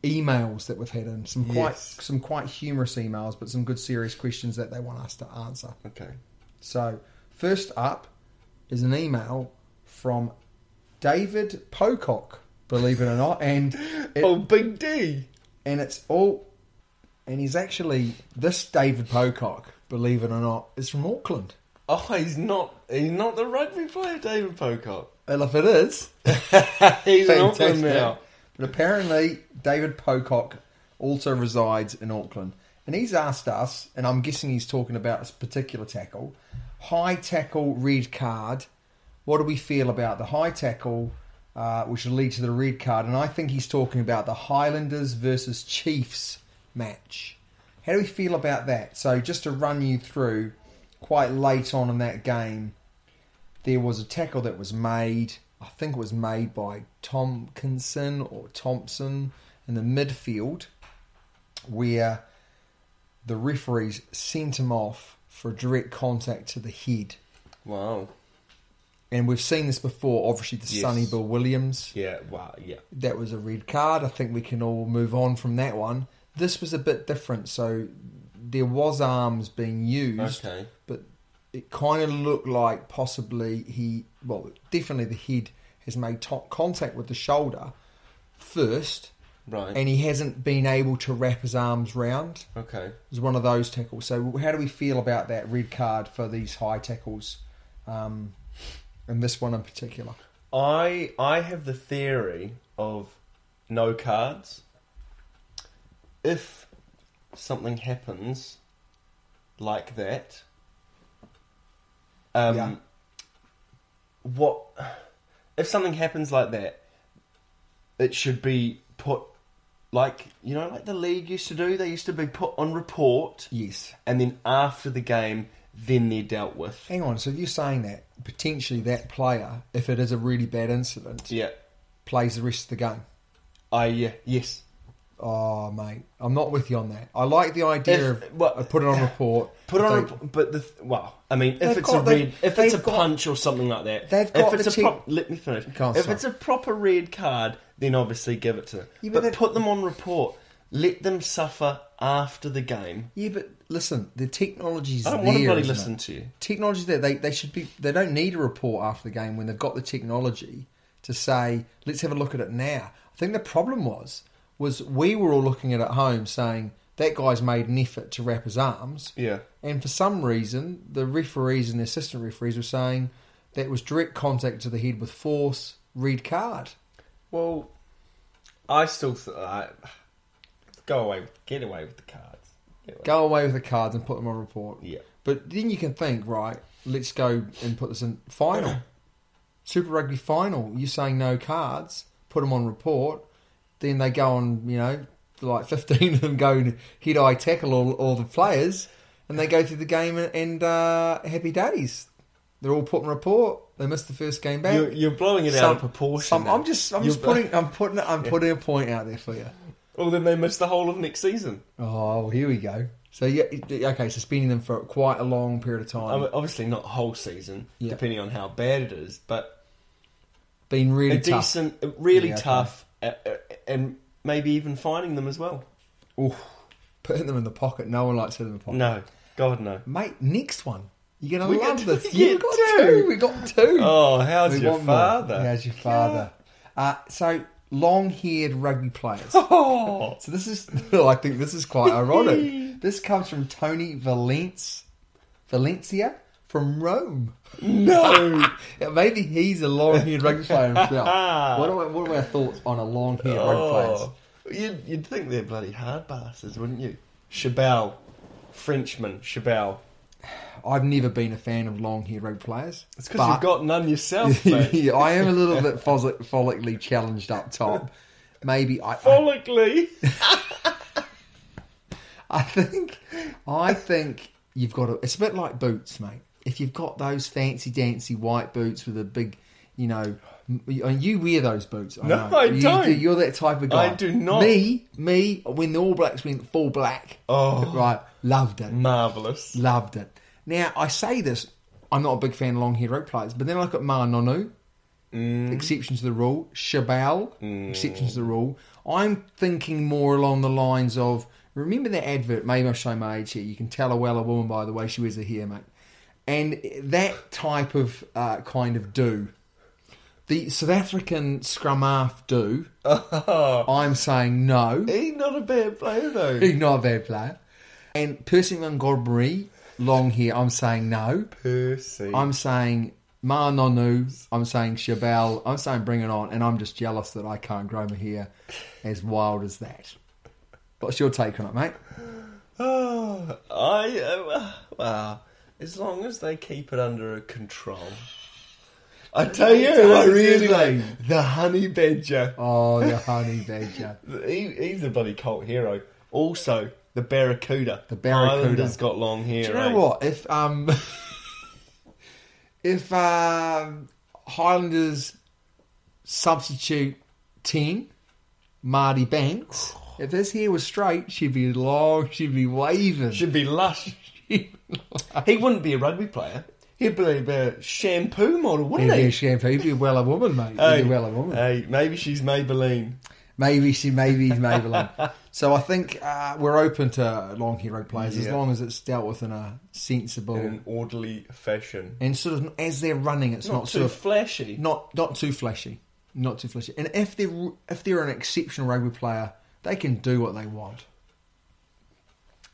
[SPEAKER 1] emails that we've had in some quite
[SPEAKER 2] Yes.
[SPEAKER 1] some quite humorous emails, but some good serious questions that they want us to answer.
[SPEAKER 2] Okay.
[SPEAKER 1] So, first up is an email from David Pocock, believe it or not, and it,
[SPEAKER 2] oh, Big D.
[SPEAKER 1] and it's all and he's actually this David Pocock, believe it or not, is from Auckland.
[SPEAKER 2] Oh, he's not. He's not the rugby player, David Pocock.
[SPEAKER 1] Well, if it is,
[SPEAKER 2] [laughs]
[SPEAKER 1] [laughs]
[SPEAKER 2] he's an Auckland
[SPEAKER 1] Fantastic.
[SPEAKER 2] now.
[SPEAKER 1] But apparently, David Pocock also resides in Auckland. And he's asked us, and I'm guessing he's talking about this particular tackle high tackle, red card. What do we feel about the high tackle, uh, which will lead to the red card? And I think he's talking about the Highlanders versus Chiefs match. How do we feel about that? So, just to run you through, quite late on in that game, there was a tackle that was made. I think it was made by Tomkinson or Thompson in the midfield, where the referees sent him off for direct contact to the head.
[SPEAKER 2] Wow.
[SPEAKER 1] And we've seen this before. Obviously, the
[SPEAKER 2] Yes.
[SPEAKER 1] Sonny Bill Williams
[SPEAKER 2] Yeah. Wow. Yeah.
[SPEAKER 1] that was a red card. I think we can all move on from that one. This was a bit different. So there was arms being used,
[SPEAKER 2] Okay.
[SPEAKER 1] but it kind of looked like possibly he, well, definitely the head has made top contact with the shoulder first,
[SPEAKER 2] Right.
[SPEAKER 1] and he hasn't been able to wrap his arms round.
[SPEAKER 2] okay.
[SPEAKER 1] It was one of those tackles. So how do we feel about that red card for these high tackles, um, and this one in particular?
[SPEAKER 2] I I have the theory of no cards. If something happens like that, um,
[SPEAKER 1] Yeah.
[SPEAKER 2] what if something happens like that? It should be put like you know, like the league used to do. They used to be put on report,
[SPEAKER 1] Yes.
[SPEAKER 2] and then after the game, then they're dealt with.
[SPEAKER 1] Hang on. So you're saying that potentially that player, if it is a really bad incident,
[SPEAKER 2] Yeah,
[SPEAKER 1] plays the rest of the game.
[SPEAKER 2] I yeah yes.
[SPEAKER 1] Oh, mate, I'm not with you on that. I like the idea
[SPEAKER 2] If-
[SPEAKER 1] of
[SPEAKER 2] well-
[SPEAKER 1] of put it on report.
[SPEAKER 2] Put on,
[SPEAKER 1] They-
[SPEAKER 2] a, but the th- well, I mean, if
[SPEAKER 1] They've
[SPEAKER 2] it's
[SPEAKER 1] got-
[SPEAKER 2] a red,
[SPEAKER 1] they've-
[SPEAKER 2] if it's a
[SPEAKER 1] they've got-
[SPEAKER 2] punch or something like that,
[SPEAKER 1] They've got
[SPEAKER 2] if it's
[SPEAKER 1] the
[SPEAKER 2] a
[SPEAKER 1] te-
[SPEAKER 2] prop, let me finish.
[SPEAKER 1] Go on,
[SPEAKER 2] if
[SPEAKER 1] sorry.
[SPEAKER 2] it's a proper red card, then obviously give it to them.
[SPEAKER 1] Yeah, but
[SPEAKER 2] but
[SPEAKER 1] that-
[SPEAKER 2] put them on report. Let them suffer after the game.
[SPEAKER 1] Yeah, but listen, the technology's
[SPEAKER 2] I don't
[SPEAKER 1] there.
[SPEAKER 2] want to bloody
[SPEAKER 1] isn't
[SPEAKER 2] listen
[SPEAKER 1] it?
[SPEAKER 2] to you.
[SPEAKER 1] Technology's there. They they should be. They don't need a report after the game when they've got the technology to say, let's have a look at it now. I think the problem was was we were all looking at it at home saying that guy's made an effort to wrap his arms.
[SPEAKER 2] Yeah.
[SPEAKER 1] And for some reason, the referees and the assistant referees were saying that was direct contact to the head with force. Red card.
[SPEAKER 2] Well, I still th- I, go away, with- get away with the cards. Get away.
[SPEAKER 1] go away with the cards and put them on report.
[SPEAKER 2] Yeah.
[SPEAKER 1] But then you can think, right, let's go and put this in final. [clears throat] Super Rugby final, you saying no cards, put them on report, then they go on, you know, like [laughs] 15 of them go and head eye tackle all, all the players, and they go through the game and, and uh, happy daddies. They're all put on report. They missed the first game back.
[SPEAKER 2] You're, you're blowing it out
[SPEAKER 1] Some-
[SPEAKER 2] of proportion.
[SPEAKER 1] some- I'm
[SPEAKER 2] now.
[SPEAKER 1] just, I'm
[SPEAKER 2] You're
[SPEAKER 1] just
[SPEAKER 2] blo-
[SPEAKER 1] putting, I'm putting,
[SPEAKER 2] [laughs]
[SPEAKER 1] I'm putting a point out there for you.
[SPEAKER 2] Well, then they miss the whole of next season.
[SPEAKER 1] Oh, well, here we go. So yeah, it- okay, suspending them for quite a long period of
[SPEAKER 2] I
[SPEAKER 1] time.
[SPEAKER 2] mean, obviously, not the whole season,
[SPEAKER 1] Yeah.
[SPEAKER 2] depending on how bad it is, but
[SPEAKER 1] Been really
[SPEAKER 2] a
[SPEAKER 1] tough.
[SPEAKER 2] decent, really
[SPEAKER 1] Yeah, okay.
[SPEAKER 2] tough, uh, uh, and maybe even finding them as well.
[SPEAKER 1] Oof. Putting them in the pocket. No one likes hitting them in the pocket.
[SPEAKER 2] No, God no.
[SPEAKER 1] Mate, next one. You're gonna
[SPEAKER 2] We
[SPEAKER 1] love
[SPEAKER 2] got-
[SPEAKER 1] this.
[SPEAKER 2] yeah,
[SPEAKER 1] You got
[SPEAKER 2] two.
[SPEAKER 1] two. We got two.
[SPEAKER 2] Oh, how's
[SPEAKER 1] We
[SPEAKER 2] your
[SPEAKER 1] want more.
[SPEAKER 2] father?
[SPEAKER 1] How's your father? Uh, so long-haired rugby players.
[SPEAKER 2] [laughs] Oh,
[SPEAKER 1] So this is, [laughs] I think this is
[SPEAKER 2] [laughs]
[SPEAKER 1] quite ironic. This comes from Tony Valence, Valencia from Rome. No, [laughs] maybe he's a long-haired rugby player
[SPEAKER 2] [laughs]
[SPEAKER 1] himself. what, are, my- what are our thoughts on a long-haired rugby player?
[SPEAKER 2] oh. You'd, you'd think they're bloody hard bastards, wouldn't you? Chabal, Frenchman, Chabal.
[SPEAKER 1] I've never been a fan of long-haired rugby players.
[SPEAKER 2] It's because you've
[SPEAKER 1] [laughs] but-
[SPEAKER 2] got none yourself,
[SPEAKER 1] [laughs]
[SPEAKER 2] mate.
[SPEAKER 1] yeah, I am a little bit follic- follically challenged up
[SPEAKER 2] [laughs]
[SPEAKER 1] top. Maybe I, I
[SPEAKER 2] Follically.
[SPEAKER 1] I think I think you've got to. It's a bit like boots, mate. If you've got those fancy dancy white boots with a big, you know, m- and you wear those boots. I
[SPEAKER 2] No,
[SPEAKER 1] know.
[SPEAKER 2] I
[SPEAKER 1] you
[SPEAKER 2] don't.
[SPEAKER 1] Do, you're that type of guy.
[SPEAKER 2] I do not.
[SPEAKER 1] Me, me. When the All Blacks went full black,
[SPEAKER 2] Oh.
[SPEAKER 1] right, loved it,
[SPEAKER 2] Marvellous.
[SPEAKER 1] loved it. Now I say this, I'm not a big fan of long haired rope players, but then I look at Ma Nonu, exception to the rule, Shabal, exception to the rule. I'm thinking more along the lines of remember that advert, maybe I'll show my age here, you can tell a well a woman by the way she wears her hair, mate. And that type of uh, kind of do. The South African scrum half do, I'm saying no.
[SPEAKER 2] He's not a bad player,
[SPEAKER 1] [laughs]
[SPEAKER 2] though.
[SPEAKER 1] He's not a bad player. And Percy Montgomery, long hair, I'm saying no.
[SPEAKER 2] Percy.
[SPEAKER 1] I'm saying Ma Nonu. I'm saying Chabal. I'm saying bring it on. And I'm just jealous that I can't grow my hair as wild as that. What's your take on it, mate?
[SPEAKER 2] Oh, I uh, well, as long as they keep it under control. I tell you, who I really
[SPEAKER 1] Really?
[SPEAKER 2] like the honey badger.
[SPEAKER 1] Oh, the honey badger.
[SPEAKER 2] He, he's a bloody cult hero. Also, the barracuda. The
[SPEAKER 1] barracuda.
[SPEAKER 2] Ireland's got long hair.
[SPEAKER 1] Do you know
[SPEAKER 2] eh?
[SPEAKER 1] what? If um, [laughs] if um, Highlanders substitute ten, Marty
[SPEAKER 2] [sighs]
[SPEAKER 1] Banks. If his hair was straight, she'd be long. She'd be waving.
[SPEAKER 2] Should be lush.
[SPEAKER 1] [laughs]
[SPEAKER 2] he wouldn't be a rugby player. He'd be a shampoo model,
[SPEAKER 1] He'd
[SPEAKER 2] wouldn't
[SPEAKER 1] be
[SPEAKER 2] he?
[SPEAKER 1] a shampoo. He'd be well a woman, mate. He'd
[SPEAKER 2] Hey,
[SPEAKER 1] be well a woman.
[SPEAKER 2] Hey, maybe she's Maybelline.
[SPEAKER 1] Maybe she, maybe he's
[SPEAKER 2] [laughs]
[SPEAKER 1] Maybelline. so I think uh, we're open to long hero players as
[SPEAKER 2] Yeah.
[SPEAKER 1] long as it's dealt with in a sensible
[SPEAKER 2] in an orderly fashion.
[SPEAKER 1] and sort of as they're running, it's
[SPEAKER 2] Not,
[SPEAKER 1] not,
[SPEAKER 2] too
[SPEAKER 1] sort of
[SPEAKER 2] flashy.
[SPEAKER 1] not not too flashy, not too flashy. And if they're if they're an exceptional rugby player, they can do what they want.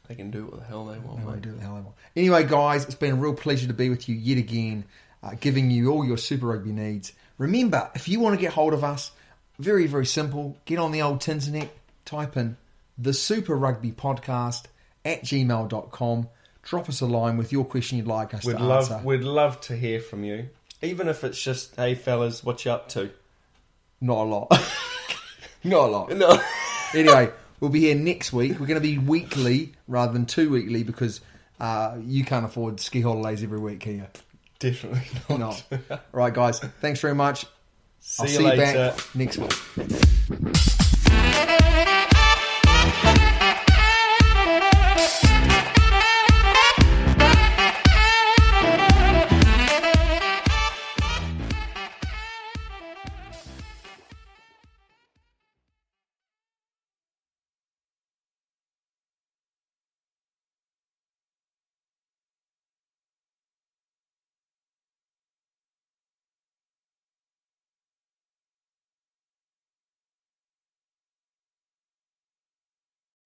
[SPEAKER 2] They can do what the hell they want,
[SPEAKER 1] They
[SPEAKER 2] mate.
[SPEAKER 1] do what the hell they want. Anyway, guys, it's been a real pleasure to be with you yet again, uh, giving you all your Super Rugby needs. Remember, if you want to get hold of us, very, very simple. Get on the old Tinternet, type in the Super Rugby Podcast at gmail.com. Drop us a line with your question you'd like us
[SPEAKER 2] We'd
[SPEAKER 1] to
[SPEAKER 2] love,
[SPEAKER 1] answer.
[SPEAKER 2] we'd love to hear from you, even if it's just, "Hey fellas, what you up to?"
[SPEAKER 1] Not a lot. [laughs] Not a lot.
[SPEAKER 2] No,
[SPEAKER 1] anyway, we'll be here next week. We're going to be weekly rather than two weekly because uh, you can't afford ski holidays every week, can you?
[SPEAKER 2] [laughs] definitely not. [laughs]
[SPEAKER 1] Not. right, guys. Thanks very much.
[SPEAKER 2] See
[SPEAKER 1] I'll
[SPEAKER 2] you
[SPEAKER 1] see
[SPEAKER 2] later.
[SPEAKER 1] you back next week.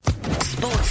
[SPEAKER 3] Sports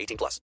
[SPEAKER 4] 18 plus.